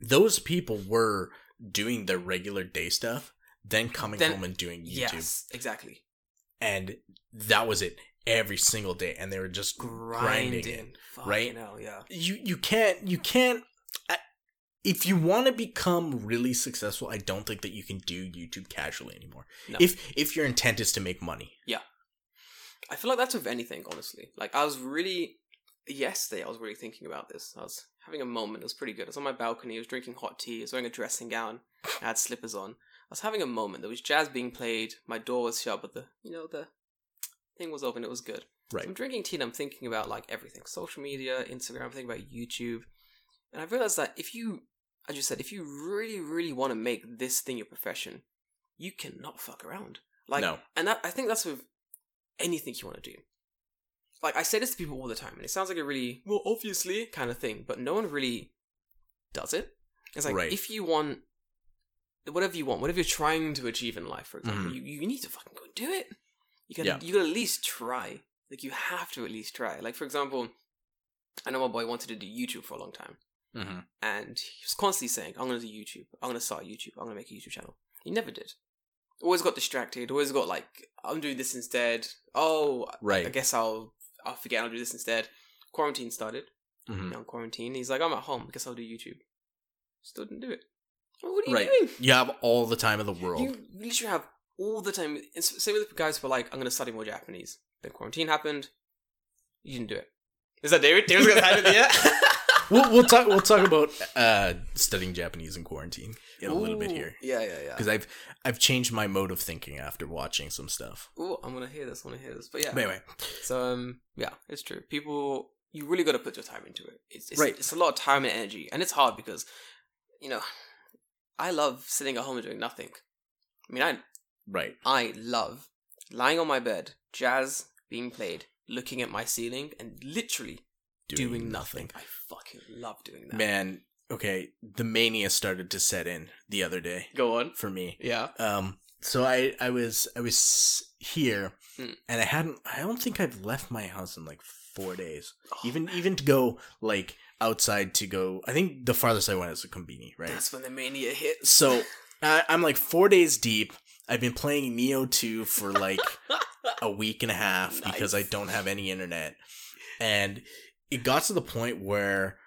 Those people were doing their regular day stuff, then coming
Then-
home and doing YouTube,
yes, exactly.
and that was it every single day, and they were just grinding.
Grinding,
it. right?
right? Hell, yeah.
You you can't you can't. I- If you want to become really successful, I don't think that you can do YouTube casually anymore.
No.
If if your intent is to make money,
I feel like that's with anything, honestly. Like I was really yesterday, I was really thinking about this. I was having a moment. It was pretty good. I was on my balcony. I was drinking hot tea. I was wearing a dressing gown. I had slippers on. I was having a moment. There was jazz being played. My door was shut, but the you know the thing was open. It was good.
Right.
So I'm drinking tea and I'm thinking about like everything social media, Instagram, I'm thinking about YouTube. And I've realized that if you, as you said, if you really, really want to make this thing your profession, you cannot fuck around. Like,
No.
and that, I think that's with anything you want to do. Like, I say this to people all the time, and it sounds like a really, well, obviously kind of thing, but no one really does it. It's like,
Right.
if you want whatever you want, whatever you're trying to achieve in life, for example,
Mhm.
you, you need to fucking go do it. You can
Yeah.
you gotta at least try. Like you have to at least try. Like for example, I know my boy wanted to do YouTube for a long time.
Mm-hmm.
And he was constantly saying, I'm gonna do YouTube, I'm gonna start YouTube, I'm gonna make a YouTube channel. He never did. Always got distracted, always got like, I'm doing this instead. Oh I
Right.
guess I'll I'll forget I'll do this instead. Quarantine started.
Mhm.
You know, quarantine. He's like, I'm at home, guess I'll do YouTube. Still didn't do it. What are you
Right.
doing?
You have all the time in the world.
You literally have all the time. And so- same with the guys who are like, I'm going to study more Japanese. Then quarantine happened. You didn't do it. Is that David? David's got time in the air?
we'll, we'll talk. We'll talk about uh, studying Japanese in quarantine in a little bit
Ooh.
here
Yeah, yeah, yeah.
because I've I've changed my mode of thinking after watching some stuff.
Ooh, I'm going to hear this. I want to hear this. But yeah.
But anyway,
So, um, yeah, it's true. People, you really got to put your time into it. It's, it's,
Right.
It's a lot of time and energy. And it's hard because, you know, I love sitting at home and doing nothing. I mean, I,
right.
I love lying on my bed, jazz being played, looking at my ceiling, and literally doing, nothing. I fucking love doing that.
Man, okay. The mania started to set in the other day
Go on.
for me.
Yeah.
Um. So I I was I was here,
Mm.
and I hadn't. I don't think I've left my house in like four days.
Oh,
even even to go like outside to go. I think the farthest I went is a combini. Right.
that's when the mania hits.
So I, I'm like four days deep. I've been playing Neo 2 for like a week and a half because I
Nice.
don't have any internet. And it got to the point where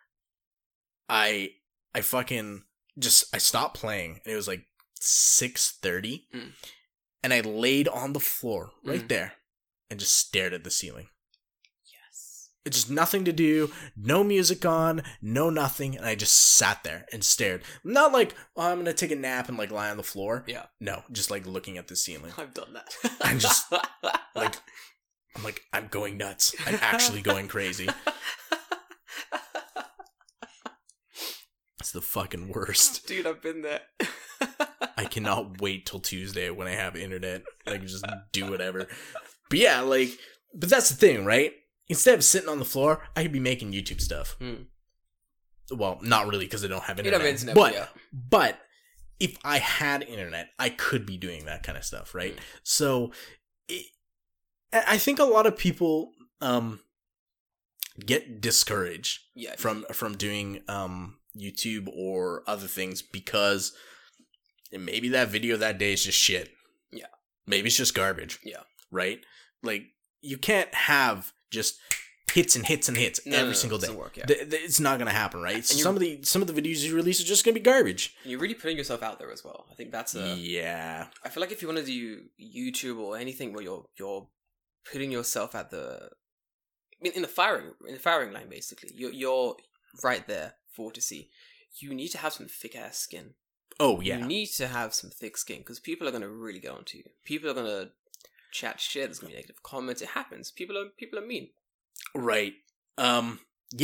I I fucking just I stopped playing and it was like 6:30
Mm.
and I laid on the floor right
Mm.
there and just stared at the ceiling.
yes.
It's just nothing to do, no music on, no nothing, and I just sat there and stared. Not like oh, I'm gonna take a nap and like lie on the floor.
Yeah.
No, just like looking at the ceiling.
I've done that.
I'm just, like- I'm like, I'm going nuts. I'm actually going crazy. It's the fucking worst.
Dude, I've been there.
I cannot wait till Tuesday when I have internet. I can just do whatever. But yeah, like, but that's the thing, right? Instead of sitting on the floor, I could be making YouTube stuff.
Hmm.
Well, not really because I don't have
You
internet.
know, it's never,
but
yeah.
but if I had internet, I could be doing that kind of stuff, right?
Mm.
So, it, I I think a lot of people um, get discouraged
Yeah.
from from doing um, YouTube or other things because maybe that video that day is just shit.
Yeah.
Maybe it's just garbage.
Yeah.
Right. Like you can't have just hits and hits and hits
No, no,
every
no,
single
it
day.
doesn't work, yeah.
Th- th- it's not gonna happen, right?
you-
some of the some of the videos you release are just gonna be garbage.
You're really putting yourself out there as well. I think that's a.
yeah.
I feel like if you want to do YouTube or anything where you're you're putting yourself at the I mean, in the firing in the firing line basically, you're you're right there for to see. You need to have some thick ass skin.
Oh yeah.
You need to have some thick skin because people are gonna really get onto you. People are gonna chat shit. There's gonna be negative comments. It happens. People are people are mean.
Right. Um.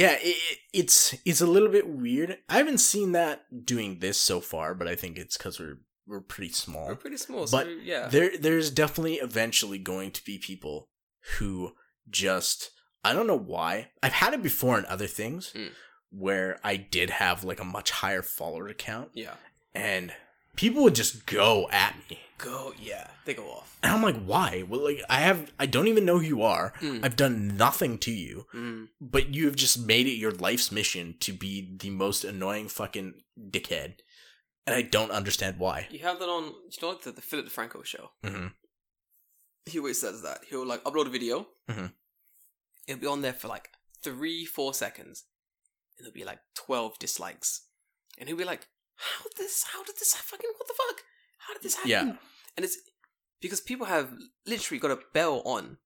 Yeah. It, it, it's it's a little bit weird. I haven't seen that doing this so far, but I think it's because we're we're pretty small.
We're pretty small, so
But
yeah.
There, there's definitely eventually going to be people who just I don't know why. I've had it before in other things
Mm.
where I did have like a much higher follower account,
Yeah.
and people would just go at me,
Go. Yeah. They go off.
and I'm like, why? Well, like I have, I don't even know who you are.
Mm.
I've done nothing to you,
Mm.
but you have just made it your life's mission to be the most annoying fucking dickhead, and I don't understand why.
You have that on. Do you know like the, the Philip DeFranco show?
hmm
he always says that he'll like upload a video
Mhm.
it'll be on there for like three four seconds and there'll be like 12 dislikes and he'll be like how this how did this fucking what the fuck how did this happen
Yeah.
and it's because people have literally got a bell on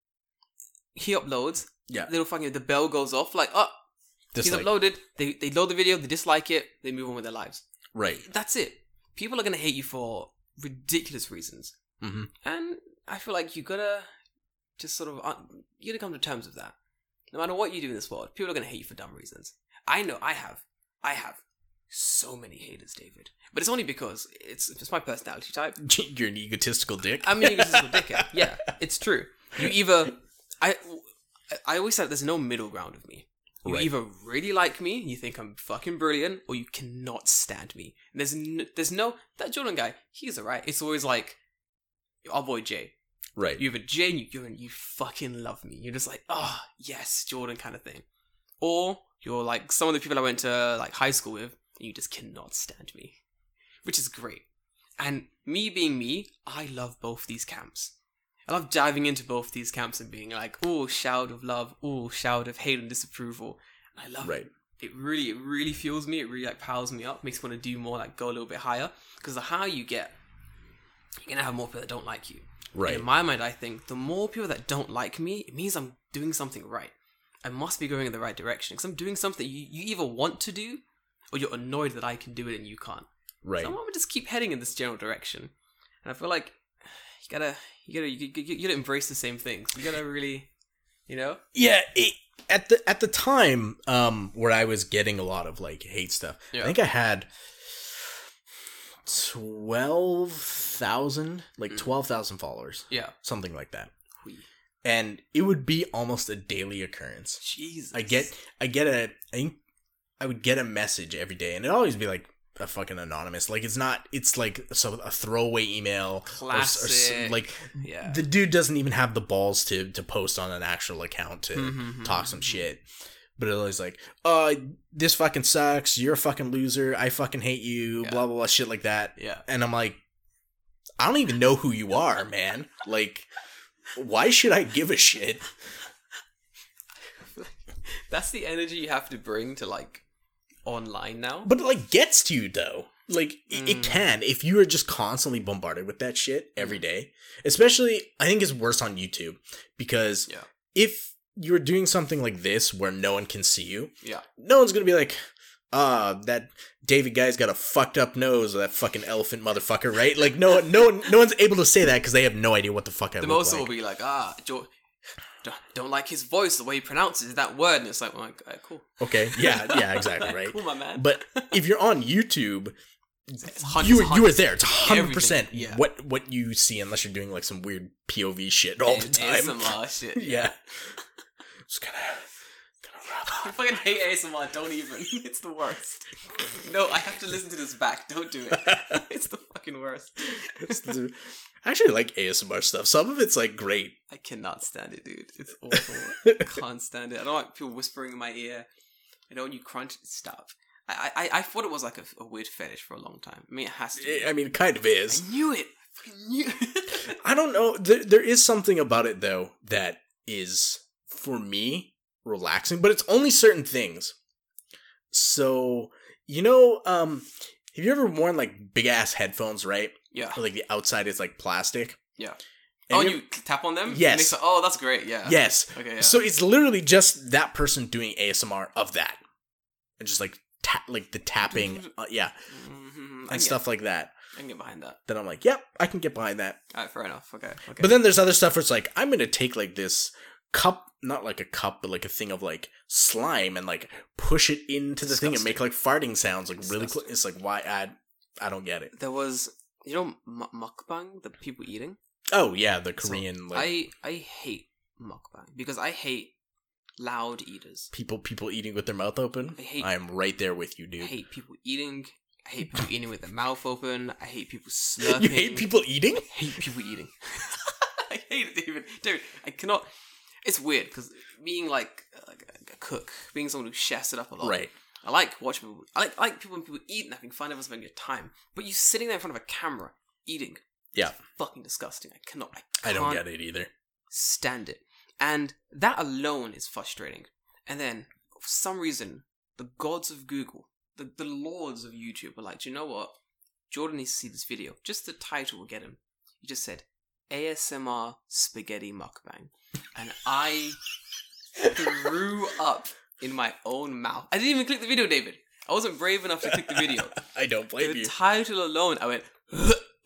he uploads
Yeah.
little fucking the bell goes off like oh
Just
he's
like-
uploaded they, they load the video they dislike it they move on with their lives
right.
that's it people are gonna hate you for ridiculous reasons
hmm
and I feel like you gotta just sort of un- you gotta come to terms with that. No matter what you do in this world, people are gonna hate you for dumb reasons. I know I have, I have so many haters, David. But it's only because it's it's my personality type.
You're an egotistical dick.
I'm an egotistical dickhead. Yeah, it's true. You either I I always said there's no middle ground of me. You
Right.
either really like me, you think I'm fucking brilliant, or you cannot stand me. There's n- there's no that Jordan guy. He's alright. It's always like our boy Jay.
right.
You have a J and you, you're in, you fucking love me. You're just like, oh, yes, Jordan kind of thing. Or you're like some of the people I went to like high school with, and you just cannot stand me, which is great. And me being me, I love both these camps. I love diving into both these camps and being like, oh, shout of love, oh, shout of hate and disapproval. And I love
right.
it. It really, it really fuels me. It really like powers me up, makes me want to do more, like go a little bit higher. Because the higher you get, you're gonna have more people that don't like you.
Right.
In my mind, I think the more people that don't like me, it means I'm doing something right. I must be going in the right direction because I'm doing something you, you either want to do or you're annoyed that I can do it and you can't.
Right.
So I'm gonna just keep heading in this general direction, and I feel like you gotta, you gotta, you, you, you gotta embrace the same things. You gotta really, you know,
yeah it, at the at the time um where i was getting a lot of like hate stuff
Yeah.
i think i had 12,000
Mm.
like 12,000 followers
yeah.
something like that
We-
and it would be almost a daily occurrence
Jesus,
i get i get a i think i would get a message every day and it'd always be like a fucking anonymous like it's not it's like so a throwaway email or s- or s-
Classic.
like
yeah.
the dude doesn't even have the balls to to post on an actual account to
Mhm,
talk
mhm,
some
mhm.
shit. But it's always like, uh, this fucking sucks. You're a fucking loser. I fucking hate you.
Yeah.
Blah blah blah. Shit like that.
Yeah.
And I'm like, I don't even know who you are, man. Like, why should I give a shit?
That's the energy you have to bring to like online now.
But it like gets to you though. Like it, it
Mm.
can if you are just constantly bombarded with that shit every day. Especially, I think it's worse on YouTube because
Yeah.
if you're doing something like this where no one can see you,
yeah.
no one's gonna be like, ah, that David guy's got a fucked up nose, or that fucking elephant motherfucker, right? Like, no, no, one- no one's able to say that because they have no idea what the fuck I
the
look
most
like.
will be like, ah, jo- don't, don't like his voice, the way he pronounces that word, and it's like, well, like, uh, cool.
okay, yeah, yeah, exactly, right.
cool, my man.
But if you're on YouTube,
It's hundreds
you
and
you are
hundreds.
there. It's hundred percent
Everything, yeah.
what what you see, unless you're doing like some weird POV shit all the time.
ASMR shit.
Yeah, just gonna gonna wrap up.
I fucking hate ASMR. Don't even. It's the worst. No, I have to listen to this back. Don't do it. it's the fucking worst.
It's the- I actually like ASMR stuff. Some of it's like great.
I cannot stand it, dude. It's awful. Can't stand it. I don't like people whispering in my ear. I don't. You crunch. Stop. I, I I- I thought it was like a, a weird fetish for a long time. I mean, it has to. Be.
I mean, it kind of is.
I knew it. I fucking knew. It.
I don't know. There, there is something about it though that is for me relaxing, but it's only certain things. So you know, um, have you ever worn like big ass headphones, right?
yeah.
Or, like the outside is like plastic.
Yeah.
And
oh,
you're-
you tap on them.
Yes.
And it's like, oh, that's great. Yeah.
Yes.
Okay. Yeah.
So it's literally just that person doing ASMR of that, and just like tap, like the tapping, uh, yeah,
Mhm. I can
and stuff like that.
Get, I can get behind that.
That I'm like, yep, I can get behind that.
All right. Fair enough. Okay. Okay.
But then there's other stuff where it's like, I'm gonna take like this cup, not like a cup, but like a thing of like slime and like push it into the thing and make like farting sounds like really cl-
Disgusting.
It's like why I I don't get it.
there was, you know, mu- mukbang, the people eating.
Oh yeah, the
So,
Korean like
I I hate mukbang because I hate loud eaters.
people people eating with their mouth open.
I hate-
I am right there with you,
I
dude.
hate people eating. I hate people eating with their mouth open. I hate people slurping.
You hate people eating?
I hate people eating. I hate it, David. David, I cannot. It's weird because being like, uh, like a- a cook, being someone who chefs it up a lot,
Right.
I like watching people. I like, I like people when people eat and having fun, everyone's having a good time. But you sitting there in front of a camera eating,
Yeah.
fucking disgusting. I cannot. I,
I don't
can't
get it either.
Stand it, and that alone is frustrating. And then for some reason, the gods of Google, the the lords of YouTube, were like, Do you know what? Jordan needs to see this video. Just the title will get him. He just said ASMR spaghetti mukbang, and I threw up in my own mouth. I didn't even click the video, David. I wasn't brave enough to click the video.
I don't blame
the
you.
title alone, I went,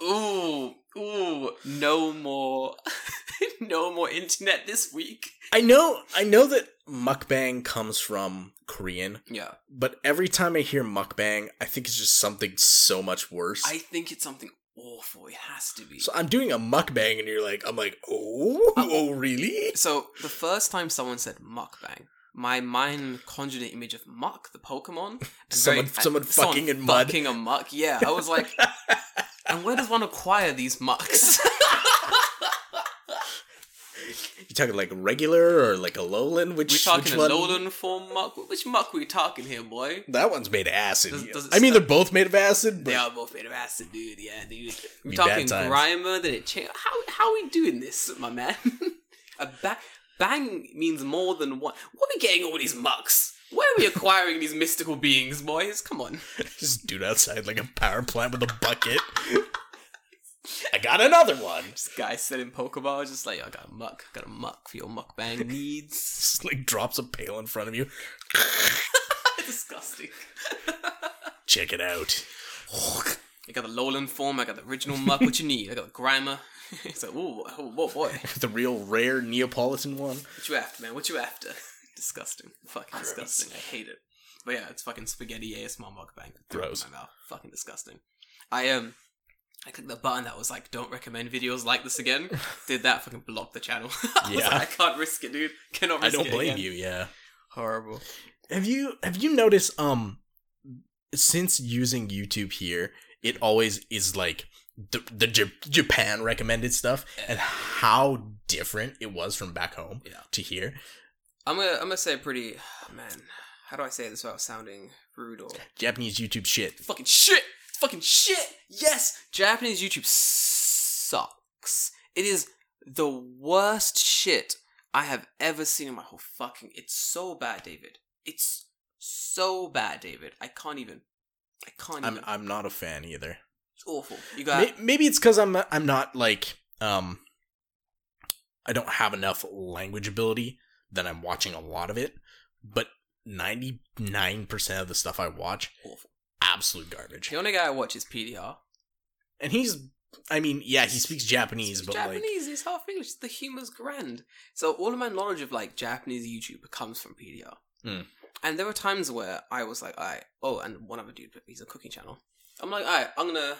ooh, ooh, no more. no more internet this week.
I know I know that mukbang comes from Korean,
Yeah.
but every time I hear mukbang, I think it's just something so much worse.
I think it's something awful. It has to be.
so I'm doing a mukbang and you're like I'm like, "Oh,
Uh,
oh really?"
So the first time someone said mukbang, my mind conjured an image of Muck, the Pokemon. and
Someone- someone fucking in mud.
Fucking a muck. Yeah, I was like, and where does one acquire these mucks?
You talking like regular or like a lowland? Which
we
which
talking a
one?
lowland form muck. Which muck we talking here, boy?
That one's made of acid.
Does- does it
I mean,
stop-
they're both made of acid, but
They are both made of acid, dude. Yeah, dude. We
Be
talking
bad times.
Grimer, then it changed. How how we doing this, my man? a ba- bang means more than one. Where we getting all these mucks? Where are we acquiring these mystical beings, boys? Come on.
just dude outside like a power plant with a bucket. I got another one.
This guy selling Pokeball, just like, I got a muck, got a muck for your mukbang needs.
Just like drops a pail in front of you.
Disgusting.
Check it out.
I got the lowland form, I got the original muck, what you need? I got the grimer. it's like, ooh, oh, whoa, boy.
The real rare Neapolitan one.
What you after, man? What you after? disgusting. Fucking disgusting. I hate it. But yeah, it's fucking spaghetti ASMR mukbang.
Gross.
My mouth. Fucking disgusting. I um I clicked the button that was like, don't recommend videos like this again. Did that fucking block the channel. I was
Yeah.
like, I can't risk it, dude. Cannot
I
risk it.
don't blame
again."
you. Yeah.
Horrible.
Have you have you noticed um since using YouTube here, it always is like the the J- Japan recommended stuff and how different it was from back home
Yeah.
to here.
I'm gonna I'm gonna say pretty man, how do I say this without sounding rude or
Japanese YouTube shit.
fucking shit. Fucking shit. Yes, Japanese YouTube sucks. It is the worst shit I have ever seen in my whole fucking. It's so bad, David. It's so bad, David. I can't even. I can't
I'm
even.
I'm not a fan either.
it's awful. You got.
May Maybe it's because I'm I'm not like um I don't have enough language ability that I'm watching a lot of it, but ninety nine percent of the stuff I watch,
Awful.
absolute garbage.
the only guy I watch is PDR.
And he's, I mean, yeah, he speaks Japanese,
He's
but
Japanese.
like,
he's half English. The humor's grand. So all of my knowledge of like Japanese YouTube comes from PDR.
Hmm.
And there were times where I was like, "I oh," and one other dude, he's a cooking channel. I'm like, "I, I'm gonna,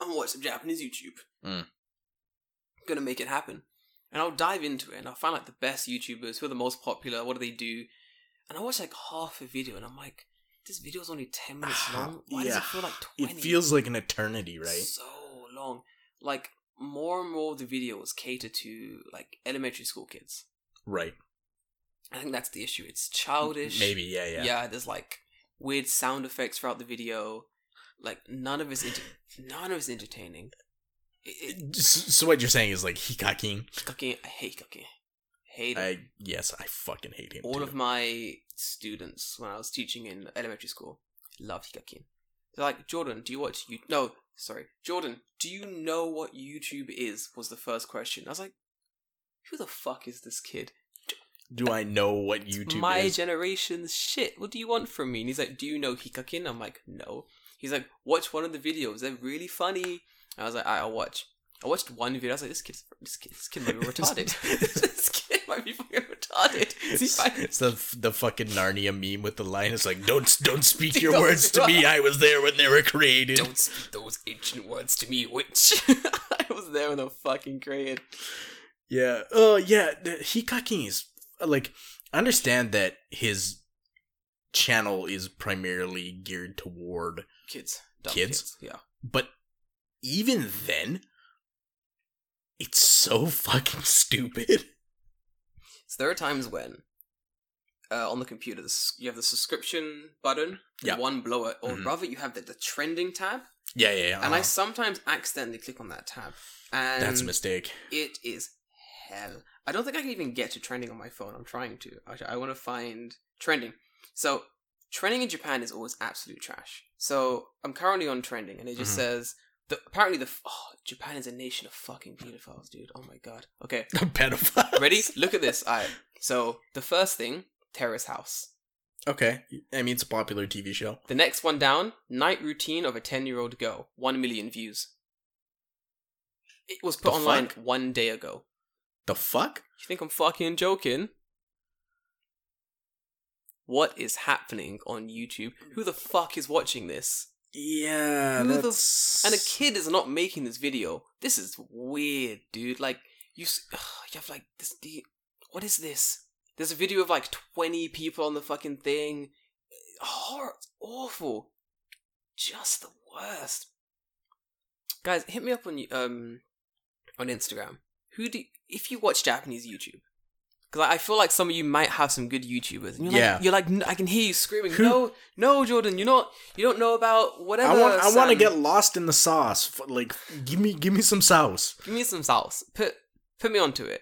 I'm gonna watch some Japanese YouTube.
Hmm.
gonna make it happen." And I'll dive into it, and I'll find like the best YouTubers who are the most popular. What do they do? And I watch like half a video, and I'm like, "This video's only ten minutes long. Why does
Yeah.
it feel like
it
twenty?
feels like an eternity, right?
So long. Like more and more of the videos cater to like elementary school kids.
Right.
I think that's the issue. It's childish.
Maybe, yeah, yeah.
Yeah. there's like weird sound effects throughout the video. Like none of it's enter- none of it's entertaining. It, it,
S- So what you're saying is like Hikakin.
Hikake- I hate Hikake. Hate it.
I yes, I fucking hate him.
all
too.
of my students when I was teaching in elementary school loved Hikakin. They're like, Jordan, do you watch you? No, sorry, Jordan, do you know what YouTube is? Was the first question. I was like, who the fuck is this kid?
Do I know what YouTube
my
is?
generation's shit. What do you want from me? And he's like, do you know Hikakin? I'm like, no. He's like, watch one of the videos. They're really funny. And I was like, "Alright, I'll watch. I watched one video. I was like, this kid's this kid, this kid might be retarded. this kid might be fucking retarded.
It's, it's the the fucking Narnia meme with the line. It's like don't don't speak your
Don't-
words to me. I was there when they were created.
Don't speak those ancient words to me, witch. I was there in the fucking grade.
Yeah. Oh yeah. the- Hikakin is like I understand that his channel is primarily geared toward,
Kids. Dumb
Kids?
kids. Yeah.
but even then, it's so fucking stupid.
So there are times when, uh, on the computer, the s- you have the subscription button, the
Yeah.
one blower, or
Mhm.
rather, you have the, the trending tab,
Yeah, yeah. yeah
and I
uh-huh.
sometimes accidentally click on that tab, and
that's a mistake.
it is hell. I don't think I can even get to trending on my phone. I'm trying to. Actually, I want to find trending. So trending in Japan is always absolute trash. So I'm currently on trending, and it just
Mhm.
says the, apparently the f- oh, Japan is a nation of fucking pedophiles, dude. Oh my god. Okay,
Pedophile.
ready? Look at this. All right. So the first thing, terrace house.
Okay. I mean, it's a popular TV show.
The next one down, night routine of a ten year old girl. One million views. It was put
The
online
fuck?
one day ago.
The fuck?
You think I'm fucking joking? What is happening on YouTube? Who the fuck is watching this?
Yeah,
Who the-
that's
And a kid is not making this video. This is weird, dude. Like you, s- ugh, you have like this. The, what is this? There's a video of like 20 people on the fucking thing. Horror, it's awful. Just the worst. Guys, hit me up on you- um on Instagram. Who do if you watch Japanese YouTube? Because I feel like some of you might have some good YouTubers. And you're
Yeah.
like, you're like, "N- I can hear you screaming.
Who-
No, no, Jordan, you're not. You don't know about whatever.
I want I want to
Sam.
get lost in the sauce. F- Like give me give me some sauce.
Give me some sauce. Put put me onto it.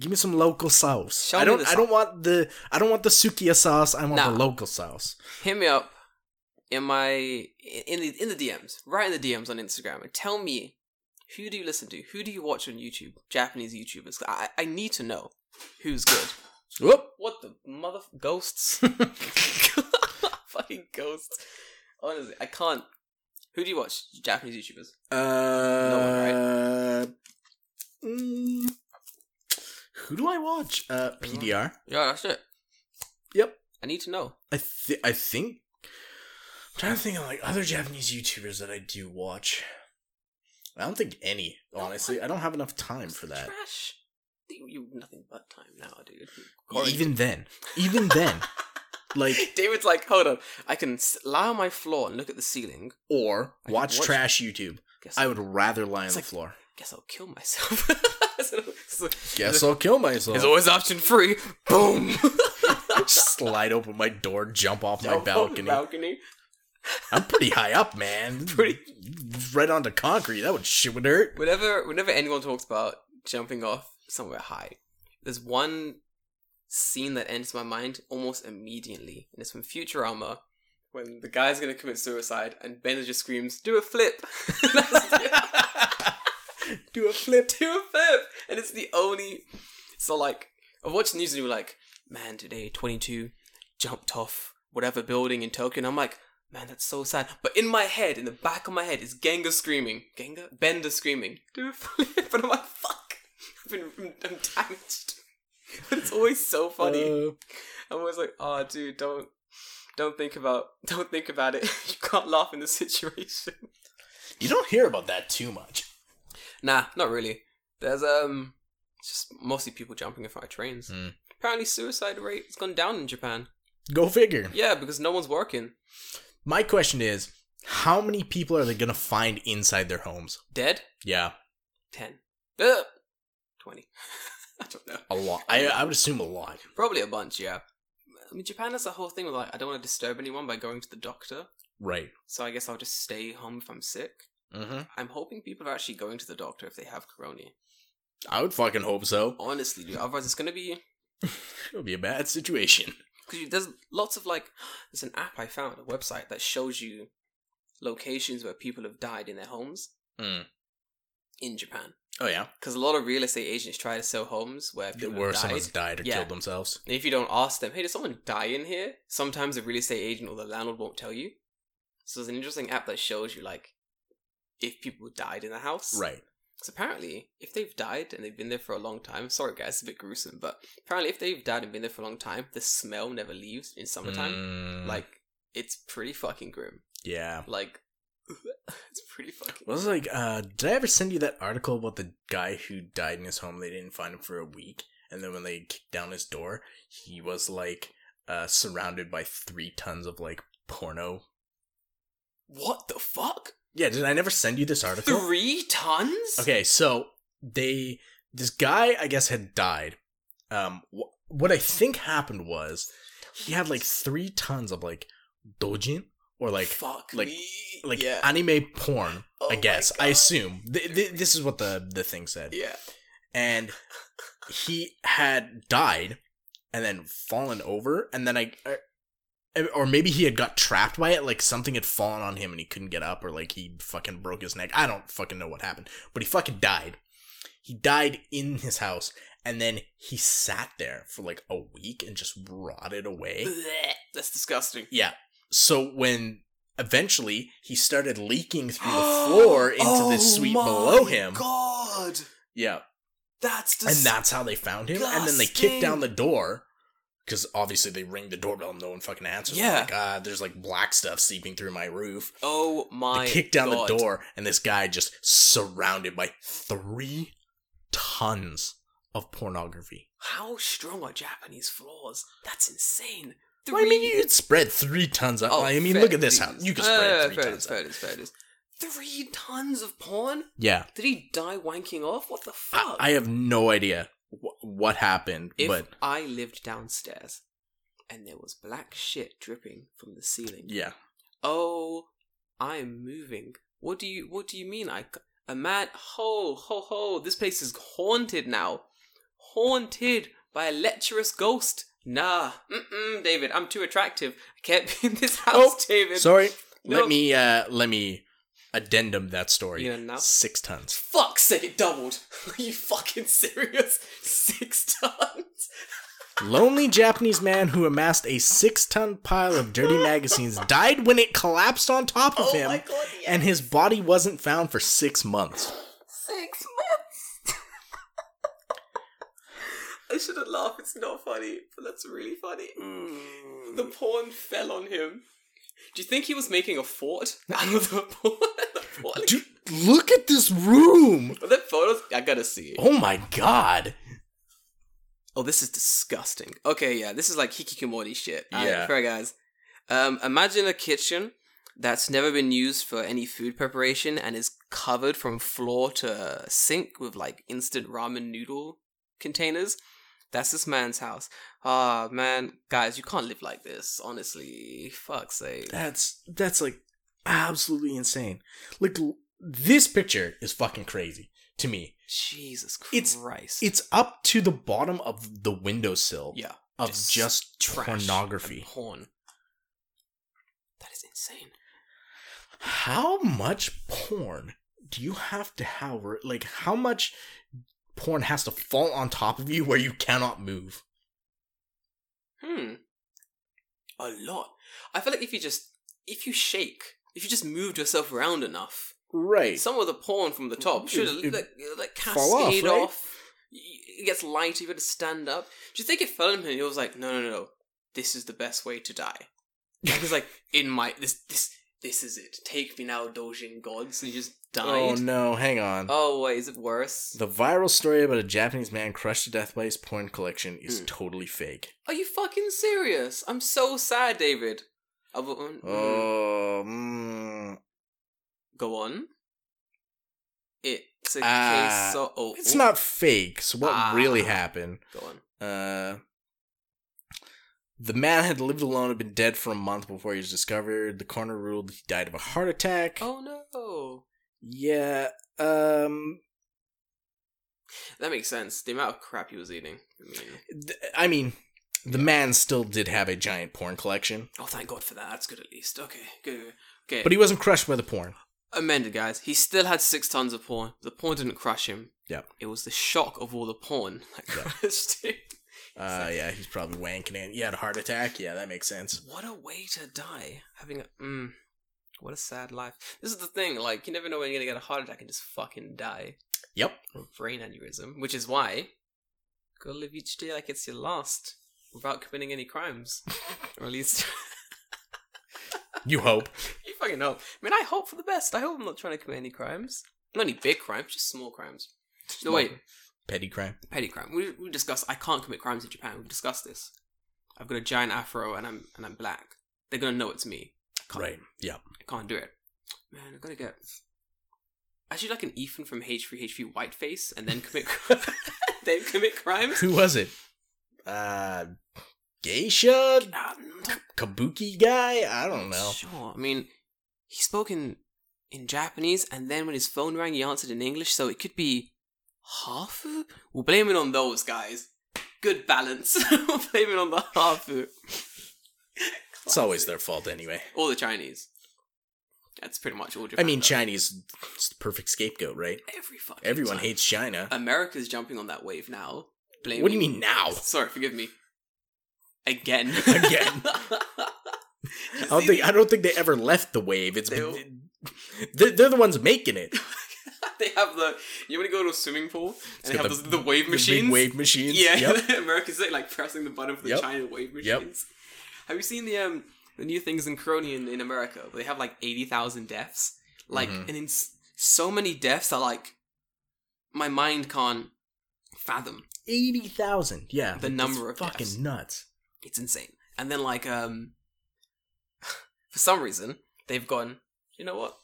Give me some local sauce.
Show
I
me
don't
the
I don't want the I don't want the sukiya sauce. I want the
Nah.
local sauce.
Hit me up in my in the in the DMs, right in the DMs on Instagram, and tell me who do you listen to, who do you watch on YouTube, Japanese YouTubers. I I need to know who's good.
Whoop.
What the mother ghosts? Fucking ghosts. Honestly, I can't. Who do you watch? Japanese YouTubers.
Uh mm, Who do I watch? Uh PDR.
Yeah, that's it.
Yep.
I need to know.
I th- I think I'm trying to think of like other Japanese YouTubers that I do watch. I don't think any, honestly. I don't have enough time for that.
Trash. You- You nothing but time now, dude.
Even then. Even then. Like
David's like, hold on, I can s- lie on my floor and look at the ceiling.
or
I can
watch
watch-
trash YouTube.
Guess
I would rather lie on
It's
the
like-
floor.
guess I'll kill myself. So-
Guess I'll kill myself.
There's always option three. Boom.
Slide open my door, jump off my
Jump off the
balcony.
balcony.
I'm pretty high up, man.
Pretty-
right onto concrete. That would shit would hurt.
Whenever, whenever anyone talks about jumping off somewhere high, there's one scene that enters my mind almost immediately, and it's from Futurama. When the guy's gonna commit suicide and Ben just screams, "Do a flip!"
Do a flip.
to a fifth, and it's the only. So like, I watched the news and you were like, "Man, today twenty two jumped off whatever building in Tokyo," and I'm like, "Man, that's so sad." But in my head, in the back of my head, is Gengar screaming, Gengar, Bender screaming, do a flip, and I'm like, "Fuck, I've been, I'm, I'm damaged." But it's always so funny.
Uh,
I'm always like, "Oh, dude, don't." Don't think about don't think about it. you can't laugh in the situation.
You don't hear about that too much.
Nah, not really. There's um, it's just mostly people jumping in front of trains.
Mm.
Apparently, suicide rate has gone down in Japan.
Go figure.
Yeah, because no one's working.
My question is, how many people are they gonna find inside their homes?
Dead
Yeah,
ten, Ugh. twenty. I don't know.
a lot. I I would assume a lot.
Probably a bunch. Yeah. I mean, Japan has a whole thing with like, I don't want to disturb anyone by going to the doctor.
Right.
So I guess I'll just stay home if I'm sick.
Mm-hmm.
I'm hoping people are actually going to the doctor if they have corona.
I would fucking hope so.
Honestly, dude. Otherwise, it's gonna be
It would be a bad situation.
because there's lots of like there's an app I found a website that shows you locations where people have died in their homes
Mm.
in Japan
Oh yeah,
because a lot of real estate agents try to sell homes where people
where
have died.
someone's died or
Yeah.
killed themselves.
And if you don't ask them, hey, did someone die in here? Sometimes the real estate agent or the landlord won't tell you. So there's an interesting app that shows you like if people died in the house,
Right.
because apparently, if they've died and they've been there for a long time, sorry guys, it's a bit gruesome, but apparently, if they've died and been there for a long time, the smell never leaves in summertime.
Mm,
Like, it's pretty fucking grim.
yeah.
Like, it's pretty fucking.
What was it like, uh, did I ever send you that article about the guy who died in his home? They didn't find him for a week, and then when they kicked down his door, he was like uh, surrounded by three tons of like porno.
What the fuck?
Yeah, did I never send you this article?
Three tons?
Okay, so they this guy I guess had died. Um, wh- what I think happened was he had like three tons of like dojin or like
fuck
like-
me.
like
yeah.
anime porn.
Oh
I
my
guess I
God.
assume th- th- this is what the the thing said.
Yeah.
and he had died and then fallen over and then I, I- or maybe he had got trapped by it like something had fallen on him and he couldn't get up or like he fucking broke his neck i don't fucking know what happened but he fucking died he died in his house and then he sat there for like a week and just rotted away
Blech. That's disgusting.
yeah so when eventually he started leaking through the floor into the
Oh
suite
my
below him
God. God,
Yeah.
that's
And
dis-
that's how they found him. And then they kick down the door because obviously they ring the doorbell and no one fucking answers. They're
Yeah.
Like, ah, there's like black stuff seeping through my roof.
Oh my!
they kick down
God.
the door and this guy just surrounded by three tons of pornography.
How strong are Japanese floors? That's insane. Three.
Well, I mean, you could spread three tons of.
Oh,
I mean,
fair
look at this
dues.
house. You could
Uh,
spread three
fair it
tons.
is,
of-
fair it is, fair it is. Three tons of porn?
Yeah,
Did he die wanking off? What the
I,
fuck?
I have no idea wh- what happened,
if
but
I lived downstairs and there was black shit dripping from the ceiling,
yeah,
oh, I'm moving. What do you What do you mean? I c- a man? Ho ho ho! This place is haunted now, haunted by a lecherous ghost. Nah, mm-mm, David, I'm too attractive. I can't be in this house,
Oh,
David.
sorry.
No.
Let me uh let me addendum that story.
You know, now-
Six tons.
Fuck's sake, it doubled. Are you fucking serious? Six tons?
Lonely Japanese man who amassed a six-ton pile of dirty magazines died when it collapsed on top of
Oh
him,
my god, yeah.
and his body wasn't found for six months.
Six months. I shouldn't laugh. It's not funny, but that's really funny. The pawn fell on him. Do you think he was making a fort out of the pawn? The pawn-
Dude, look at this room.
Are there photos? I gotta see.
Oh my god.
Oh, this is disgusting. Okay, yeah, this is like hikikomori shit. Yeah.
Yeah.
Alright, guys. Um, imagine a kitchen that's never been used for any food preparation and is covered from floor to sink with like instant ramen noodle containers. That's this man's house. Ah, man, guys, you can't live like this. Honestly, fuck's sake.
That's that's like absolutely insane. Like l- this picture is fucking crazy to me.
Jesus
It's-
Christ! It's,
It's up to the bottom of the windowsill
yeah,
of
just
just,
trash
pornography.
porn. That is insane.
How much porn do you have to have? or, Like how much porn has to fall on top of you where you cannot move?
Hmm. A lot. I feel like if you just if you shake, if you just moved yourself around enough,
Right.
some of the porn from the top
It-
should
it-
like, like
fall off,
cascade
right?
off. Y- It gets lighter. You got to stand up. Do you think it fell on him? and He was like, no, no, no, no. This is the best way to die. Like, he's like, in my this this this is it. Take me now, Dojin gods. And he just
Oh
died. Oh,
no! Hang on.
wait, is it worse?
The viral story about a Japanese man crushed to death by his porn collection is
Mm.
totally fake.
Are you fucking serious? I'm so sad, David. I will- mm, mm.
Oh, mm.
Go on. It's a
Ah,
case of. Oh,
it's
oh,
not fake. So what
Ah.
really happened?
Go on.
Uh, the man had lived alone and been dead for a month before he was discovered. The coroner ruled he died of a heart attack.
Oh no.
Yeah. Um.
That makes sense. The amount of crap he was eating. I mean,
th- I mean, the man still did have a giant porn collection,
oh, thank God for that. That's good at least. Okay, good. good. Okay.
but he wasn't crushed by the porn.
amended, guys. He still had six tons of porn. The porn didn't crush him.
Yep.
It was the shock of all the porn that
Yep.
crushed him.
Uh, yeah, he's probably wanking it. He had a heart attack. Yeah, that makes sense.
What a way to die. Having a. Mm, what a sad life. This is the thing. Like, you never know when you're gonna get a heart attack and just fucking die.
Yep.
or brain aneurysm, which is why go live each day like it's your last without committing any crimes. or at least
You hope.
you fucking know. I mean, I hope for the best. I hope I'm not trying to commit any crimes. Not any big crimes, just small crimes. No, wait,
Petty crime.
petty crime. We we discussed. I can't commit crimes in Japan. We've discussed this. I've got a giant afro and I'm and I'm black. They're gonna know it's me. I can't,
Right. Yeah.
I can't do it. Man, I gotta get. I should like an Ethan from H3 H3 whiteface and then commit then commit crimes.
Who was it? Uh, geisha,
Um,
kabuki guy. I don't know.
Sure. I mean, he spoke in in Japanese, and then when his phone rang, he answered in English. So it could be Hafu. We'll blame it on those guys. Good balance. we'll blame it on the Hafu.
It's always their fault anyway.
All the Chinese. That's pretty much all Japan.
I mean,
does.
Chinese, it's the perfect scapegoat, right?
every fucking
Everyone
time.
hates China.
America's jumping on that wave now. Blaming
What do you mean now?
Sorry, forgive me. Again.
Again. I don't think I don't think they ever left the wave. It's
They
been, they're, they're the ones making it.
they have the you want to go to a swimming pool and they
got
have
the-
the, the wave
The big
machines.
wave machines.
Yeah,
Yep.
America's like, like pressing the button for the
Yep.
China wave machines.
Yep.
Have you seen the um the new things in Corona in, in America? Where they have like eighty thousand deaths. Like,
Mhm.
and in s- so many deaths are like my mind can't fathom.
Eighty thousand. Yeah.
The
like,
number
that's
of
fucking
deaths.
nuts.
It's insane. And then like um for some reason they've gone, you know what?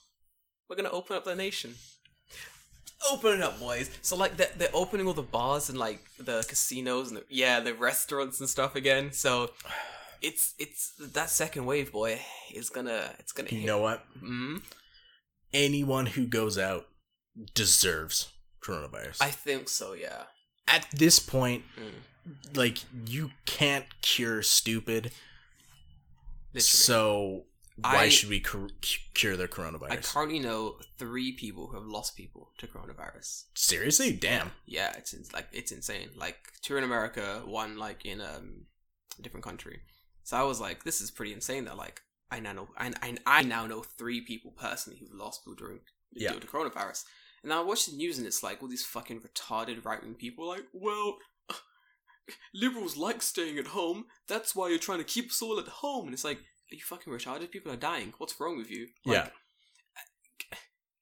We're gonna open up the nation. Open it up, boys. So like they're, they're opening all the bars and like the casinos and the, yeah, the restaurants and stuff again. So it's it's that second wave, boy, is gonna it's gonna
You
hit.
know what?
Mm,
Anyone who goes out deserves coronavirus.
I think so. Yeah.
At this point,
Mm,
like you can't cure stupid.
literally.
So why
I-
should we cur- cu- cure their
I
coronavirus?
currently know three people who have lost people to coronavirus.
Seriously, damn.
yeah, it's, it's like it's insane. Like two in America, one like in um, a different country. So I was like, this is pretty insane. That like I now know I, I, I now know three people personally who've lost people during
Yeah.
due to coronavirus. And I watch the news and it's like all these fucking retarded right wing people like, well, liberals like staying at home. That's why you're trying to keep us all at home. And it's like, are you fucking retarded? People are dying. What's wrong with you? Like,
Yeah.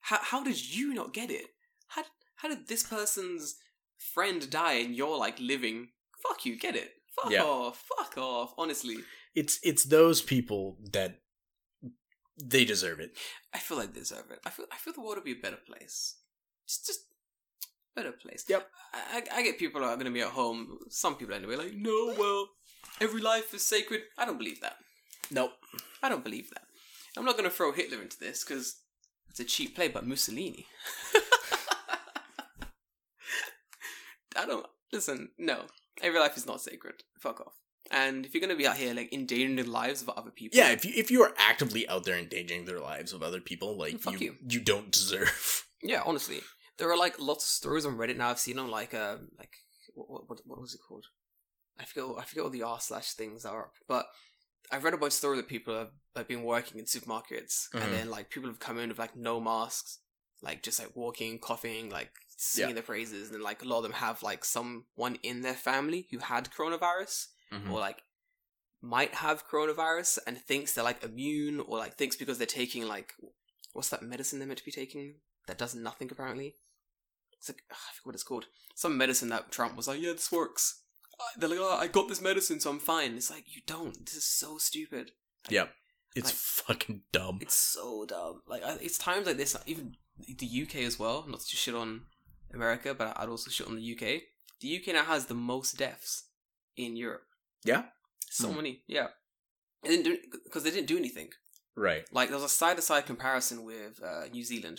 How how did you not get it? How did- how did this person's friend die and you're like living? Fuck you, get it. Fuck
Yeah.
off. Fuck off. Honestly,
It's it's those people that they deserve it.
I feel like they deserve it. I feel I feel the world would be a better place. Just just better place.
Yep.
I, I I get people are gonna be at home. Some people anyway. Like no, well, every life is sacred. I don't believe that.
Nope.
I don't believe that. I'm not gonna throw Hitler into this because it's a cheap play. But Mussolini. I don't listen. No, every life is not sacred. Fuck off. And if you're gonna be out here like endangering the lives of other people,
Yeah, if you if you are actively out there endangering their lives of other people, like
Fuck
you, you don't deserve.
Yeah, honestly, there are like lots of stories on Reddit now. I've seen on like um like what what what was it called? I forget all- I forget all the r slash things are, but I've read a bunch of stories that people have like been working in supermarkets,
Mhm.
and then like people have come in with like no masks, like just like walking, coughing, like singing
Yeah.
their praises, and then like a lot of them have like someone in their family who had coronavirus
Mm-hmm.
or like might have coronavirus and thinks they're like immune or like thinks because they're taking like what's that medicine they're meant to be taking that does nothing apparently it's like ugh, I forget what it's called some medicine that Trump was like yeah this works Uh, they're like oh, I got this medicine so I'm fine it's like you don't this is so stupid
Yep. It's
Like-
fucking dumb.
it's so dumb like I, it's times like this even the UK as well not to shit on America but I'd also shit on the UK the UK now has the most deaths in Europe
Yeah.
so
Hmm.
many, yeah. They didn't do because they didn't do anything.
Right.
Like there was a side to side comparison with uh, New Zealand,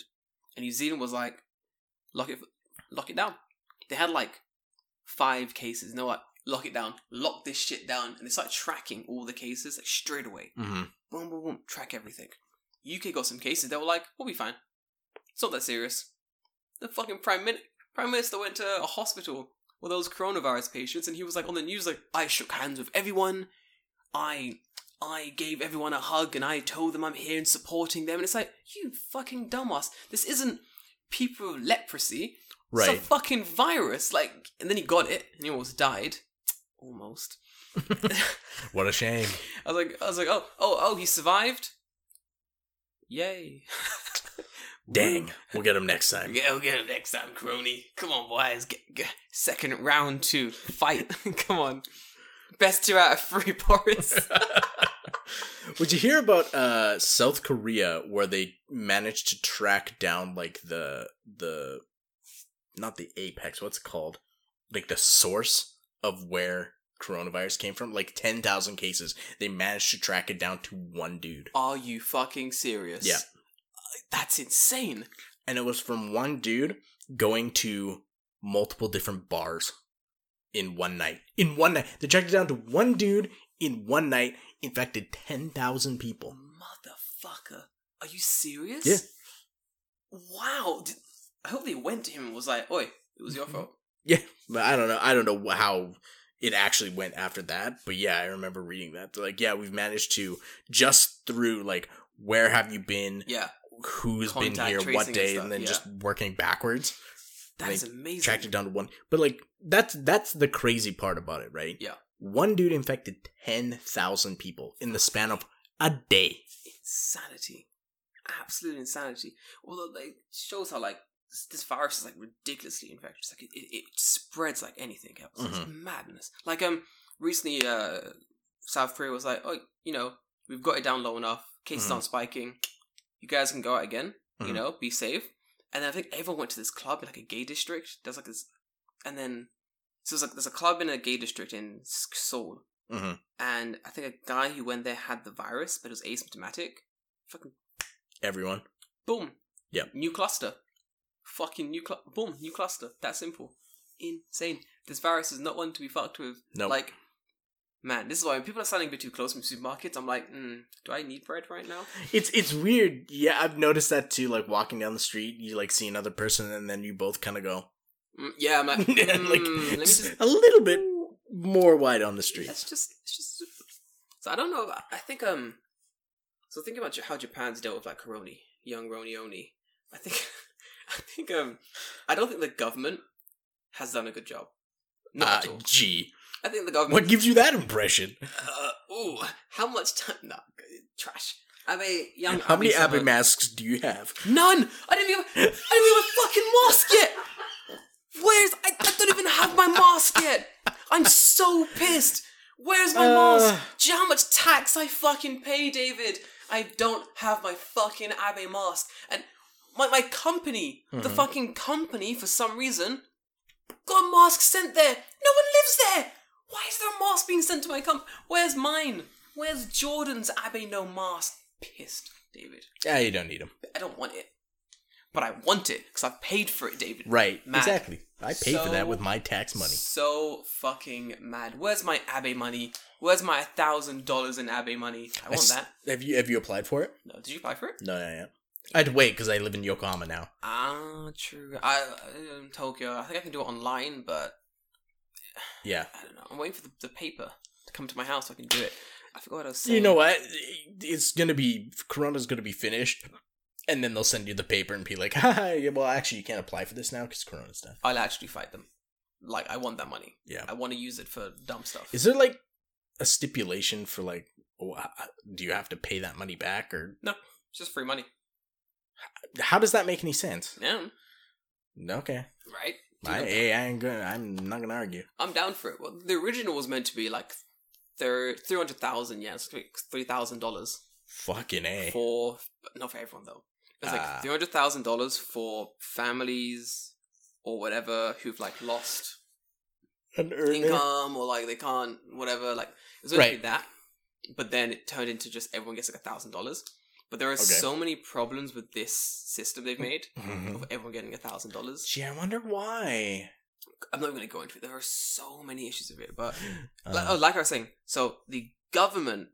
and New Zealand was like, lock it, lock it down. They had like five cases. You know what? Lock it down. Lock this shit down, and they started tracking all the cases like straight away.
Mm-hmm.
Boom, boom, boom. Track everything. UK got some cases. They were like, we'll be fine. It's not that serious. The fucking prime min- prime minister went to a hospital with those coronavirus patients, and he was like on the news, like, I shook hands with everyone. I I gave everyone a hug, and I told them I'm here and supporting them. And it's like, you fucking dumbass. This isn't people with leprosy.
Right.
It's a fucking virus. Like, and then he got it, and he almost died. Almost.
what a shame.
I was like, I was like, oh, oh, oh, he survived. Yay!
Dang. We'll get him next time.
Get, get him next time, crony. Come on, boys. Get, get- second round two fight. Come on. Best two out of three, Boris.
Would you hear about uh South Korea where they managed to track down like the the not the apex, what's it called? Like the source of where coronavirus came from? Like 10,000 cases. They managed to track it down to one dude.
Are you fucking serious? Uh,
Yeah.
That's insane.
And it was from one dude going to multiple different bars in one night. In one night. They tracked it down to one dude in one night, infected 10,000 people.
Oh, Motherfucker. Are you serious?
Yeah.
Wow. Did- I hope they went to him and was like, oi, it was your fault.
Yeah, but I don't know. I don't know wh- how it actually went after that. But yeah, I remember reading that. They're like, yeah, we've managed to just through like where have you been?
Yeah.
who's
Contact
been here
tracing
what
and
day, and,
stuff,
then
yeah.
just working backwards.
That
Like,
is amazing.
tracked it down to one. But like that's that's the crazy part about it, right?
Yeah.
One dude infected ten thousand people in the span of a day.
insanity, absolute insanity. Although like shows how like s- this virus is like ridiculously infectious. Like it, it, it spreads like anything else. It's madness. Like um recently, uh, South Korea was like, oh, you know, we've got it down low enough. Cases
Mhm.
aren't spiking. You guys can go out again.
Mhm.
You know, be safe. And then I think everyone went to this club in like a gay district. There's like this, and then so there's like there's a club in a gay district in S- Seoul
Mhm.
and I think a guy who went there had the virus, but it was asymptomatic. Fucking
Everyone.
boom.
Yep.
New cluster. Fucking new cluster. Boom. New cluster. That simple. Insane. This virus is not one to be fucked with.
No.
Like, man, this is why when people are standing a bit too close from supermarkets, I'm like, mm, do I need bread right now?
it's it's weird. Yeah, I've noticed that too. Like walking down the street, you like see another person, and then you both kind of go
Mm, yeah, I'm like,
and,
mm,
like
let me just.
a little bit more wide on the street.
That's just. It's just. So I don't know. I- I think um. So thinking about Ja- how Japan's dealt with like Coroni, young Roni Oni, I think, I think um, I don't think the government has done a good job. Not
Ah,
at all.
gee,
I think the government.
what gives you that impression?
Uh, ooh, how much time? Nah, g- trash. I'm a young.
How many
Abe-sama-
Abbey masks do you have?
None. I didn't even. I didn't even have a fucking mask yet. Where's I, I? don't even have my mask yet. I'm so pissed. Where's my mask?
Uh.
Do you know how much tax I fucking pay, David? I don't have my fucking Abe mask, and my my company, the fucking company, for some reason, got a mask sent there. No one lives there. Why is there a mask being sent to my company? Where's mine? Where's Jordan's Abe no mask? Pissed, David.
Yeah, you don't need them.
I don't want it. But I want it because I've paid for it, David.
Right.
Mad.
Exactly. I paid for that
So-
with my tax money.
So fucking mad. Where's my Abe money? Where's my thousand dollars in Abe money? I want
s-
that.
Have you have you applied for it?
No, did you apply for it?
No, no, no. I had to wait because I live in Yokohama now.
Ah, true. I um, Tokyo. I think I can do it online, but
Yeah.
I don't know. I'm waiting for the, the paper to come to my house so I can do it. I forgot what I was saying.
You know what? It's gonna be Corona's gonna be finished, and then they'll send you the paper and be like, "Haha, yeah, well, actually, you can't apply for this now because Corona's done."
I'll actually fight them. Like I want that money.
Yeah.
I want to use it for dumb stuff.
Is there like a stipulation for like, oh, h- h- do you have to pay that money back, or
it's just free money.
how does that make any sense?
Yeah.
Okay,
Right.
I, hey, I ain't gonna, I'm not gonna argue.
I'm down for it. Well, the original was meant to be like thir- 300,000 yeah, it's like $3,000
Fucking a.
for, but not for everyone though. It's like
Eh. Ah.
$300,000 for families or whatever who've like lost
An earner.
income or like they can't, whatever. Like, it was meant to
Right.
be that. But then it turned into just everyone gets like $1,000. But there are
Okay.
so many problems with this system they've made
Mhm.
of everyone getting $1,000.
Gee, I wonder why.
I'm not even going to go into it. There are so many issues with it, but Like, oh,
Uh,
like I was saying, so the government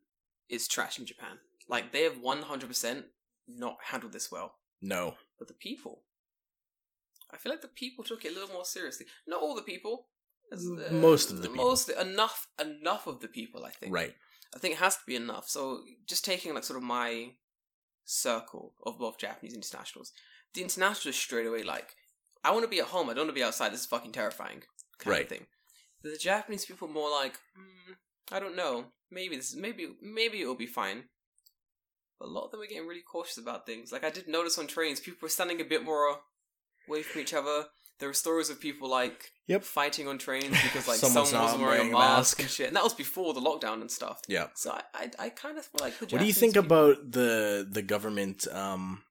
is trash in Japan. Like they have one hundred percent not handled this well,
no.
but the people, I feel like the people took it a little more seriously. Not all the people, It's, uh,
Most of the people.
most enough enough of the people. I think.
Right.
I think it has to be enough. So just taking like sort of my circle of both Japanese internationals, the internationals straight away like, I want to be at home. I don't want to be outside. This is fucking terrifying. Kind
Right.
of thing. The Japanese people more like, mm, I don't know. Maybe this. Maybe maybe it'll be fine. But a lot of them are getting really cautious about things. Like I did notice on trains, people were standing a bit more away from each other. There were stories of people like
Yep.
fighting on trains because like
Someone's
someone was
not
wearing a
wearing a mask.
mask and shit. And that was before the lockdown and stuff.
Yeah.
So I, I, I kind of feel like. The
What do you
Japanese
think
people-
about the the government um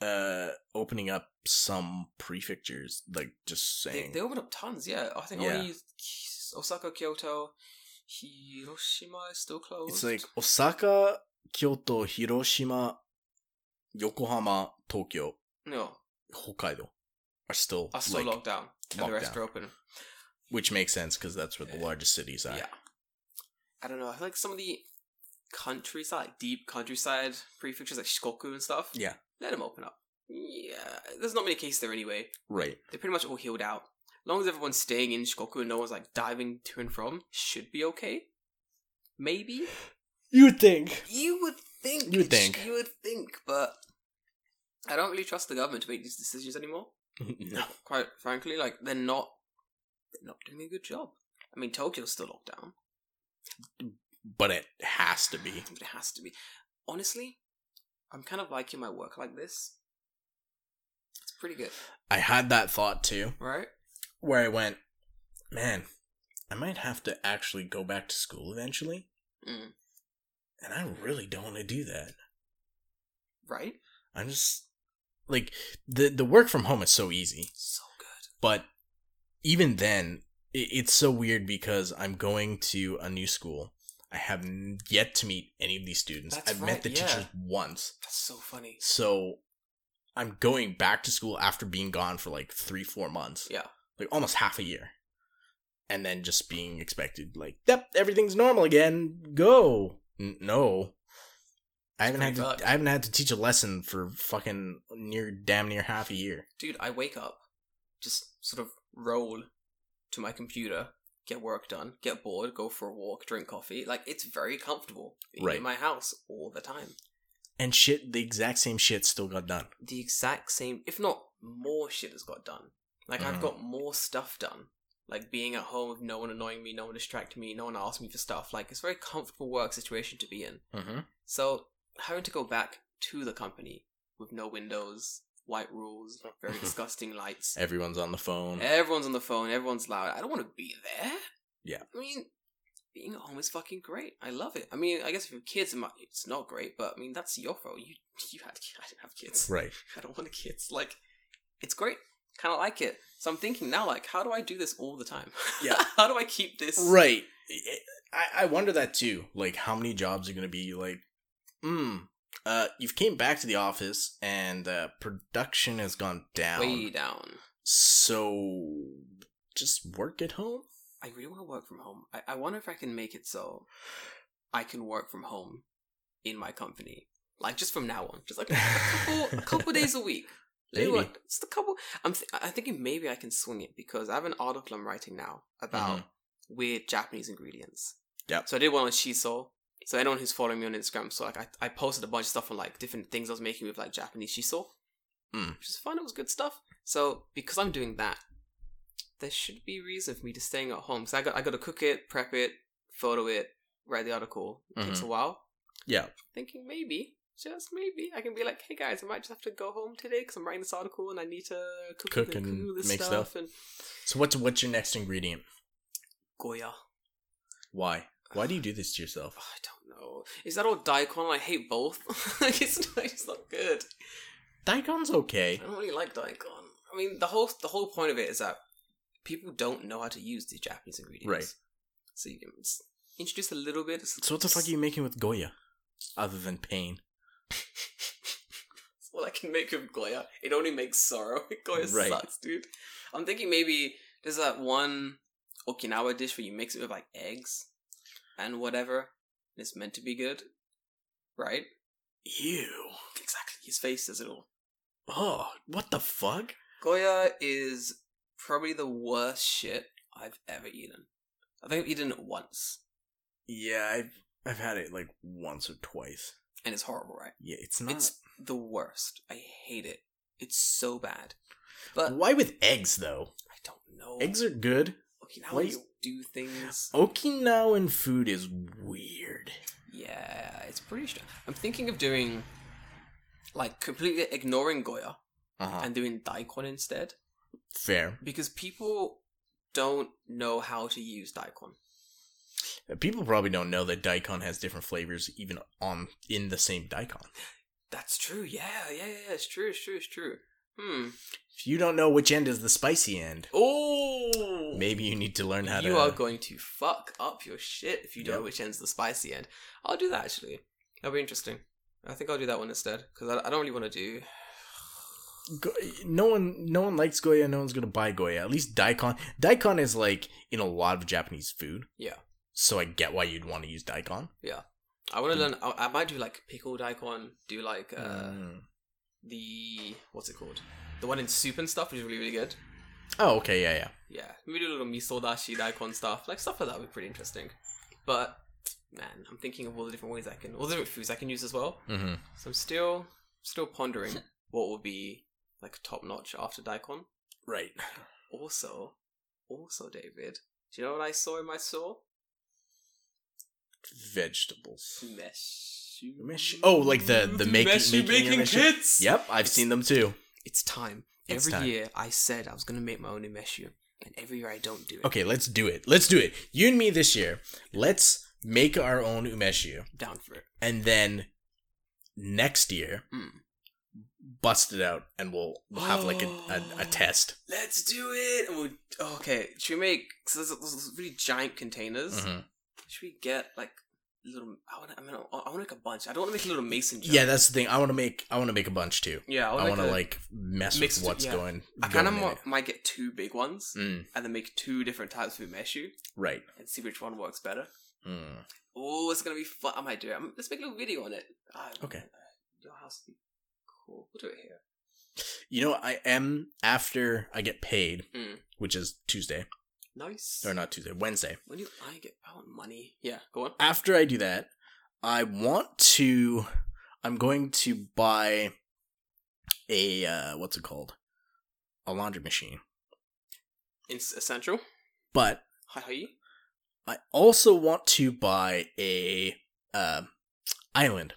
uh opening up some prefectures like just
They,
saying
they opened up tons, yeah. I think
Yeah.
only Osaka, Kyoto, Hiroshima is still closed.
it's like Osaka, Kyoto, Hiroshima, Yokohama, Tokyo,
no,
Hokkaido are still,
are still
like,
locked down, and the rest
lockdown.
are open.
which makes sense because that's where the
Yeah.
largest cities are.
Yeah, I don't know. I feel like some of the countryside, like deep countryside prefectures like Shikoku and stuff.
Yeah.
let them open up. Yeah, there's not many cases there anyway.
Right.
They're pretty much all healed out. As long as everyone's staying in Shikoku and no one's like diving to and from, should be okay. Maybe.
You think?
You would think.
You would
it's-
think.
You would think, but I don't really trust the government to make these decisions anymore.
no.
Quite frankly, like they're not they're not doing a good job. I mean, Tokyo's still locked down.
But it has to be.
But it has to be. Honestly, I'm kind of liking my work like this. It's pretty good,
I had that thought too,
right?
where I went, man, I might have to actually go back to school eventually.
Mm.
And I really don't want to do that.
Right?
I'm just like the the work from home is so easy,
So good.
but even then, it, it's so weird because I'm going to a new school. I have n- yet to meet any of these students.
That's
I've
right,
met the
yeah.
teachers once,
That's so funny.
so I'm going back to school after being gone for like three, four months.
Yeah.
like almost half a year, and then just being expected like, "Yep, everything's normal again. Go." N- no, I haven't had
pretty
to.
fucked.
I haven't had to teach a lesson for fucking near damn near half a year.
Dude, I wake up, just sort of roll to my computer, get work done, get bored, go for a walk, drink coffee. Like it's very comfortable being
Right.
in my house all the time.
and shit the exact same shit still got done
The exact same, if not more shit has got done. Like I've
Mhm.
got more stuff done. Like being at home with no one annoying me, no one distracting me, no one asking me for stuff. Like it's a very comfortable work situation to be in.
mm-hmm.
So having to go back to the company with no windows, white rules, very disgusting lights,
everyone's on the phone
Everyone's on the phone. Everyone's loud. I don't want to be there.
Yeah.
I mean, being at home is fucking great. I love it. I mean, I guess if you have kids, it might, it's not great. But I mean, that's your fault. You you had. I didn't have kids.
right
I don't want kids. Like, it's great. Kind of like it. So I'm thinking now, like, how do I do this all the time?
Yeah.
how do I keep this?
right I, I wonder that too like how many jobs are gonna be like mm uh you've came back to the office and uh production has gone down
way down.
so just work at home
I really want to work from home. I, I wonder if I can make it so I can work from home in my company. Like just from now on, just like a couple, a couple days a week. Maybe
Maybe.
like- just a couple. I'm th- I'm thinking maybe I can swing it because I have an article I'm writing now about weird Japanese ingredients.
Mm-hmm. Yep.
So I did one on shiso. So anyone who's following me on Instagram, so like I, I posted a bunch of stuff on like different things I was making with like Japanese shiso,
Mm.
which is fun. It was good stuff. So because I'm doing that, there should be reason for me to staying at home. So I got I got to cook it, prep it, photo it, write the article. It
Mm-hmm.
takes a while.
yeah
Thinking maybe, just maybe, I can be like, hey guys, I might just have to go home today because I'm writing this article and I need to cook,
Cook
and,
and
cook this
make
stuff.
stuff.
and
so what's what's your next ingredient
goya.
why why do you do this to yourself
I don't know. Is that all daikon? I hate both. like it's not, it's not good.
daikon's okay
I don't really like daikon. I mean, the whole the whole point of it is that people don't know how to use the Japanese ingredients.
Right.
So you can s- introduce a little bit. It's-
so what the fuck are you making with goya other than pain
That's all I can make of Goya. It only makes sorrow. Goya
Right.
sucks, dude. I'm thinking maybe there's that one Okinawa dish where you mix it with like eggs and whatever. And it's meant to be good, right?
ew
Exactly. His face does it all.
Oh, what the fuck?
Goya is probably the worst shit I've ever eaten. I think I've eaten it once,
Yeah, I've I've had it like once or twice.
and it's horrible, right?
Yeah, it's not.
It's the worst. I hate it. It's so bad. But
Why with eggs though?
I don't know.
Eggs are good.
Okinawa
why-
you do things.
Oh. Okinawan food is weird.
Yeah, it's pretty. Str- I'm thinking of doing, like, completely ignoring Goya
Uh-huh.
and doing Daikon instead
Fair.
because people don't know how to use Daikon.
People probably don't know that daikon has different flavors even on in the same daikon.
That's true. Yeah, yeah, yeah. It's true. It's true. It's true. Hmm.
If you don't know which end is the spicy end,
Oh,
maybe you need to learn how
you
to
are going to fuck up your shit if you don't know
Yep.
which end's the spicy end. I'll do that actually. That'll be interesting. I think I'll do that one instead because I, I don't really want to do.
Go- no one no one likes goya, no one's going to buy goya. At least daikon. Daikon is like in a lot of Japanese food.
Yeah.
So I get why you'd want to use daikon.
I
Hmm.
want to learn. I, I might do like pickle daikon. Do like. uh
Mm.
the what's it called? The one in soup and stuff, which is really really good.
Oh, okay, yeah, yeah.
Yeah, we do a little miso dashi daikon stuff, like stuff like that would be pretty interesting. But man, I'm thinking of all the different ways I can, all the different foods I can use as well.
Mm-hmm.
So I'm still still pondering. what would be like top notch after Daikon.
Right.
Also, also David, do you know what I saw in my store?
Vegetables.
Meshu.
Mesh- oh, like the- the making-
Meshu
making
baking
your meshu-
kits.
Yep, I've seen them too.
It's time.
It's
every
time.
year I said I was gonna make my own meshu, and every year I don't do it.
Okay, let's do it. Let's do it. You and me this year. Let's make our own umeshu,
I'm down for it.
and then next year,
Mm.
bust it out, and we'll we'll have like a a, a test.
Let's do it. And we'll, oh, okay, should we make? So there's, there's really giant containers.
Mhm.
Should we get like little? I want. to I mean, I want to make a bunch. I don't want to make a little mason jar.
Yeah, that's the thing. I want to make I want to make a bunch too.
yeah.
I
want to
like mess
mix
with
it-
what's
yeah.
going.
I kind
going in
of
it.
might get two big ones
Mm,
and then make two different types of umeshu
right.
and see which one works better.
Mm.
Oh, it's gonna be fun. I might do it. I'm, let's make a little video on it. Ah,
Okay.
Your house would be cool. We'll do it here.
You know, I am after I get paid,
Mm.
which is Tuesday
Nice.
or not Tuesday, Wednesday.
When do I get? I want money. Yeah. Go on.
After I do that, I want to. I'm going to buy a uh, what's it called? A laundry machine,
It's essential.
but
uh, Hi hi.
I also want to buy a uh, island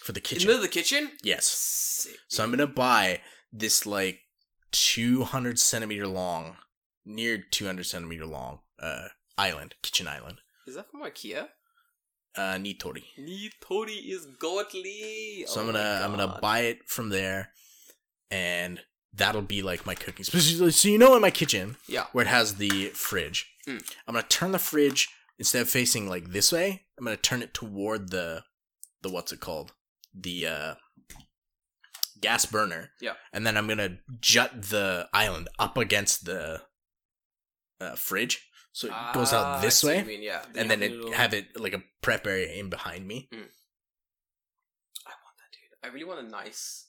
for the
In the
kitchen.
middle of the kitchen.
yes.
Sick.
So I'm gonna buy this like 200 centimeter long, near 200 centimeter long, uh, island, kitchen island,
Is that from IKEA?
uh, Nitori.
Nitori is godly.
So I'm
Oh my
gonna I'm gonna
God.
buy it from there, and that'll be like my cooking. Specifically, so you know, in my kitchen
Yeah.
where it has the fridge,
Mm.
I'm gonna turn the fridge instead of facing like this way. I'm gonna turn it toward the the what's it called the uh, gas burner.
Yeah.
and then I'm gonna jut the island up against the uh, fridge, so it goes
Ah,
out
I
this
see what
way,
you mean, yeah.
and
you
then
have
it
little-
have it like a prep area in behind me.
I want that, dude. I really want a nice.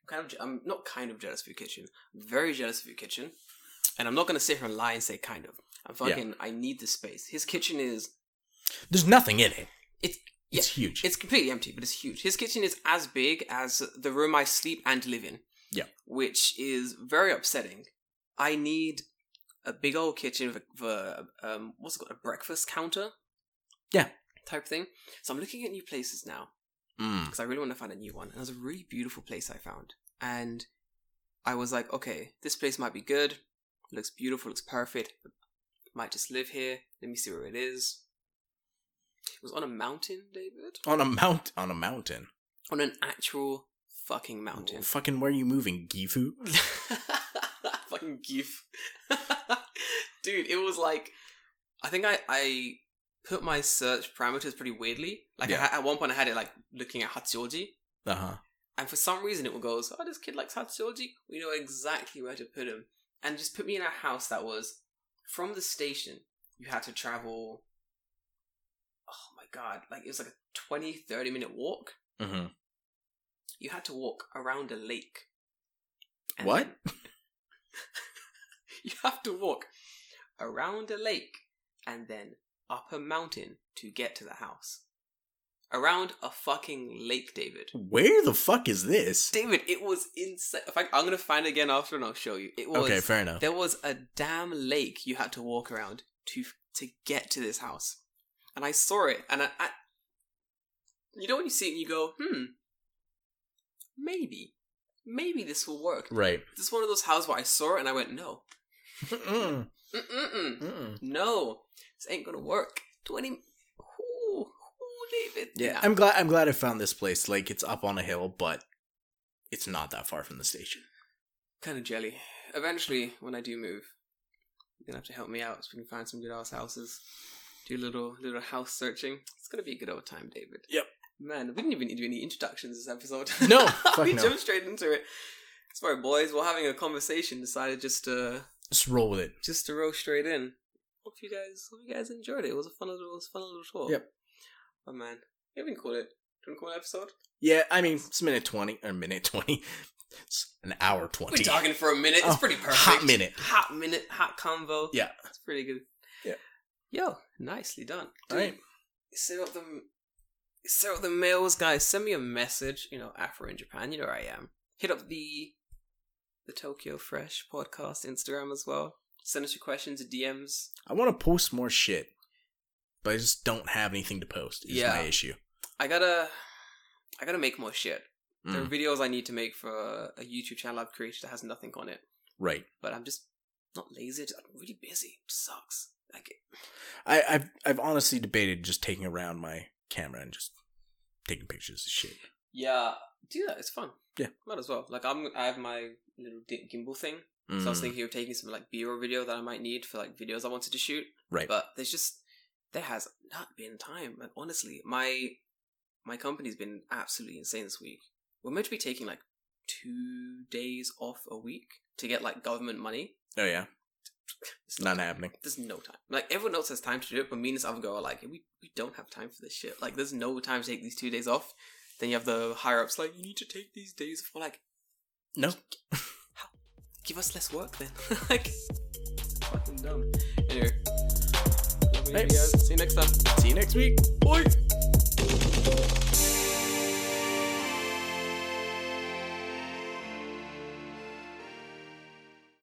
I'm kind of. je- I'm not kind of jealous of your kitchen. I'm very jealous of your kitchen, and I'm not gonna sit here and lie and say kind of. I'm
Yeah.
fucking. I need the space. His kitchen is.
There's nothing in it.
It's-
it's huge.
It's completely empty, but it's huge. His kitchen is as big as the room I sleep and live in.
Yeah.
Which is very upsetting. I need a big old kitchen for, for um, what's it called? A breakfast counter?
Yeah.
Type thing. So I'm looking at new places now
Mm.
because I really want to find a new one. And there's a really beautiful place I found. And I was like, okay, this place might be good. Looks beautiful, looks perfect. Might just live here. Let me see where it is. It was on a mountain, David
On a mount, on a mountain.
on an actual fucking mountain.
Fucking, where are you moving, Gifu?
fucking gif. Dude, it was like I think I I put my search parameters pretty weirdly. Like I
Yeah.
ha at one point I had it like looking at Hatsuyoji
Uh huh.
and for some reason it goes, "Oh, this kid likes Hatsuyoji. We know exactly where to put him." And just put me in a house that was from the station. You had to travel Oh my god, like it was like a 20 30 minute walk.
Mm-hmm.
you had to walk around a lake. And
What?
then- you have to walk around a lake and then up a mountain to get to the house. Around a fucking lake, David.
Where the fuck is this?
David, it was insane. In fact, I'm gonna find it again after and I'll show you. It was
Okay, fair enough.
there was a damn lake you had to walk around to to get to this house, and I saw it, and I, I you know when you see it, and you go, hmm, maybe, maybe this will work.
Right.
This is one of those houses where I saw it and I went, no, Mm-hmm.
Mm-mm.
Mm-mm-mm.
Mm-mm.
no, this ain't gonna work. Twenty, ooh, ooh, David,
Yeah,
Nah.
I'm glad. I'm glad I found this place. Like, it's up on a hill, but it's not that far from the station.
kind of jelly. Eventually, when I do move, you're gonna have to help me out so we can find some good ass houses. Do a little little house searching. It's gonna be a good old time, David.
Yep.
Man, we didn't even need to do any introductions this episode.
No, fuck
we
no.
jumped straight into it. Sorry, boys. We're having a conversation. Decided just to
Just roll with it.
just to roll straight in. Hope you guys hope you guys enjoyed it. It was a fun little it was a fun little talk.
Yep.
Oh man, you haven't called it. Do you want to call it an episode?
Yeah, I mean, it's minute twenty or minute twenty. It's an hour
We're
twenty.
talking for a minute. It's
Oh,
pretty perfect.
Hot minute.
hot minute, hot convo.
Yeah.
it's pretty good.
Yeah.
Yo, nicely done.
All right.
Set up the set up the mails, guys. Send me a message. You know, Afro in Japan. You know where I am. Hit up the the Tokyo Fresh podcast Instagram as well. Send us your questions, your DMs.
I want to post more shit, but I just don't have anything to post. Is
Yeah.
my issue.
I gotta, I gotta make more shit. There are
Mm,
videos I need to make for a YouTube channel I've created that has nothing on it,
right.
but I'm just not lazy. I'm really busy. It sucks. Like,
I, I've I've honestly debated just taking around my camera and just taking pictures of shit.
yeah, do that. It's fun.
Yeah.
might as well. Like, I'm. I have my little di- gimbal thing, so I was
Mm,
thinking of taking some like B-roll video that I might need for like videos I wanted to shoot.
right.
But there's just there has not been time. Like, honestly, my my company's been absolutely insane this week. We're meant to be taking like two days off a week to get like government money.
oh yeah,
It's
not happening.
there's no time. Like everyone else has time to do it, but me and this other girl are like, we we don't have time for this shit. Like there's no time to take these two days off. Then you have the higher ups like, you need to take these days for like,
No.
give us less work then. like, fucking dumb. Anyway, love you
Hey.
guys. See you next time.
See you next week. Bye.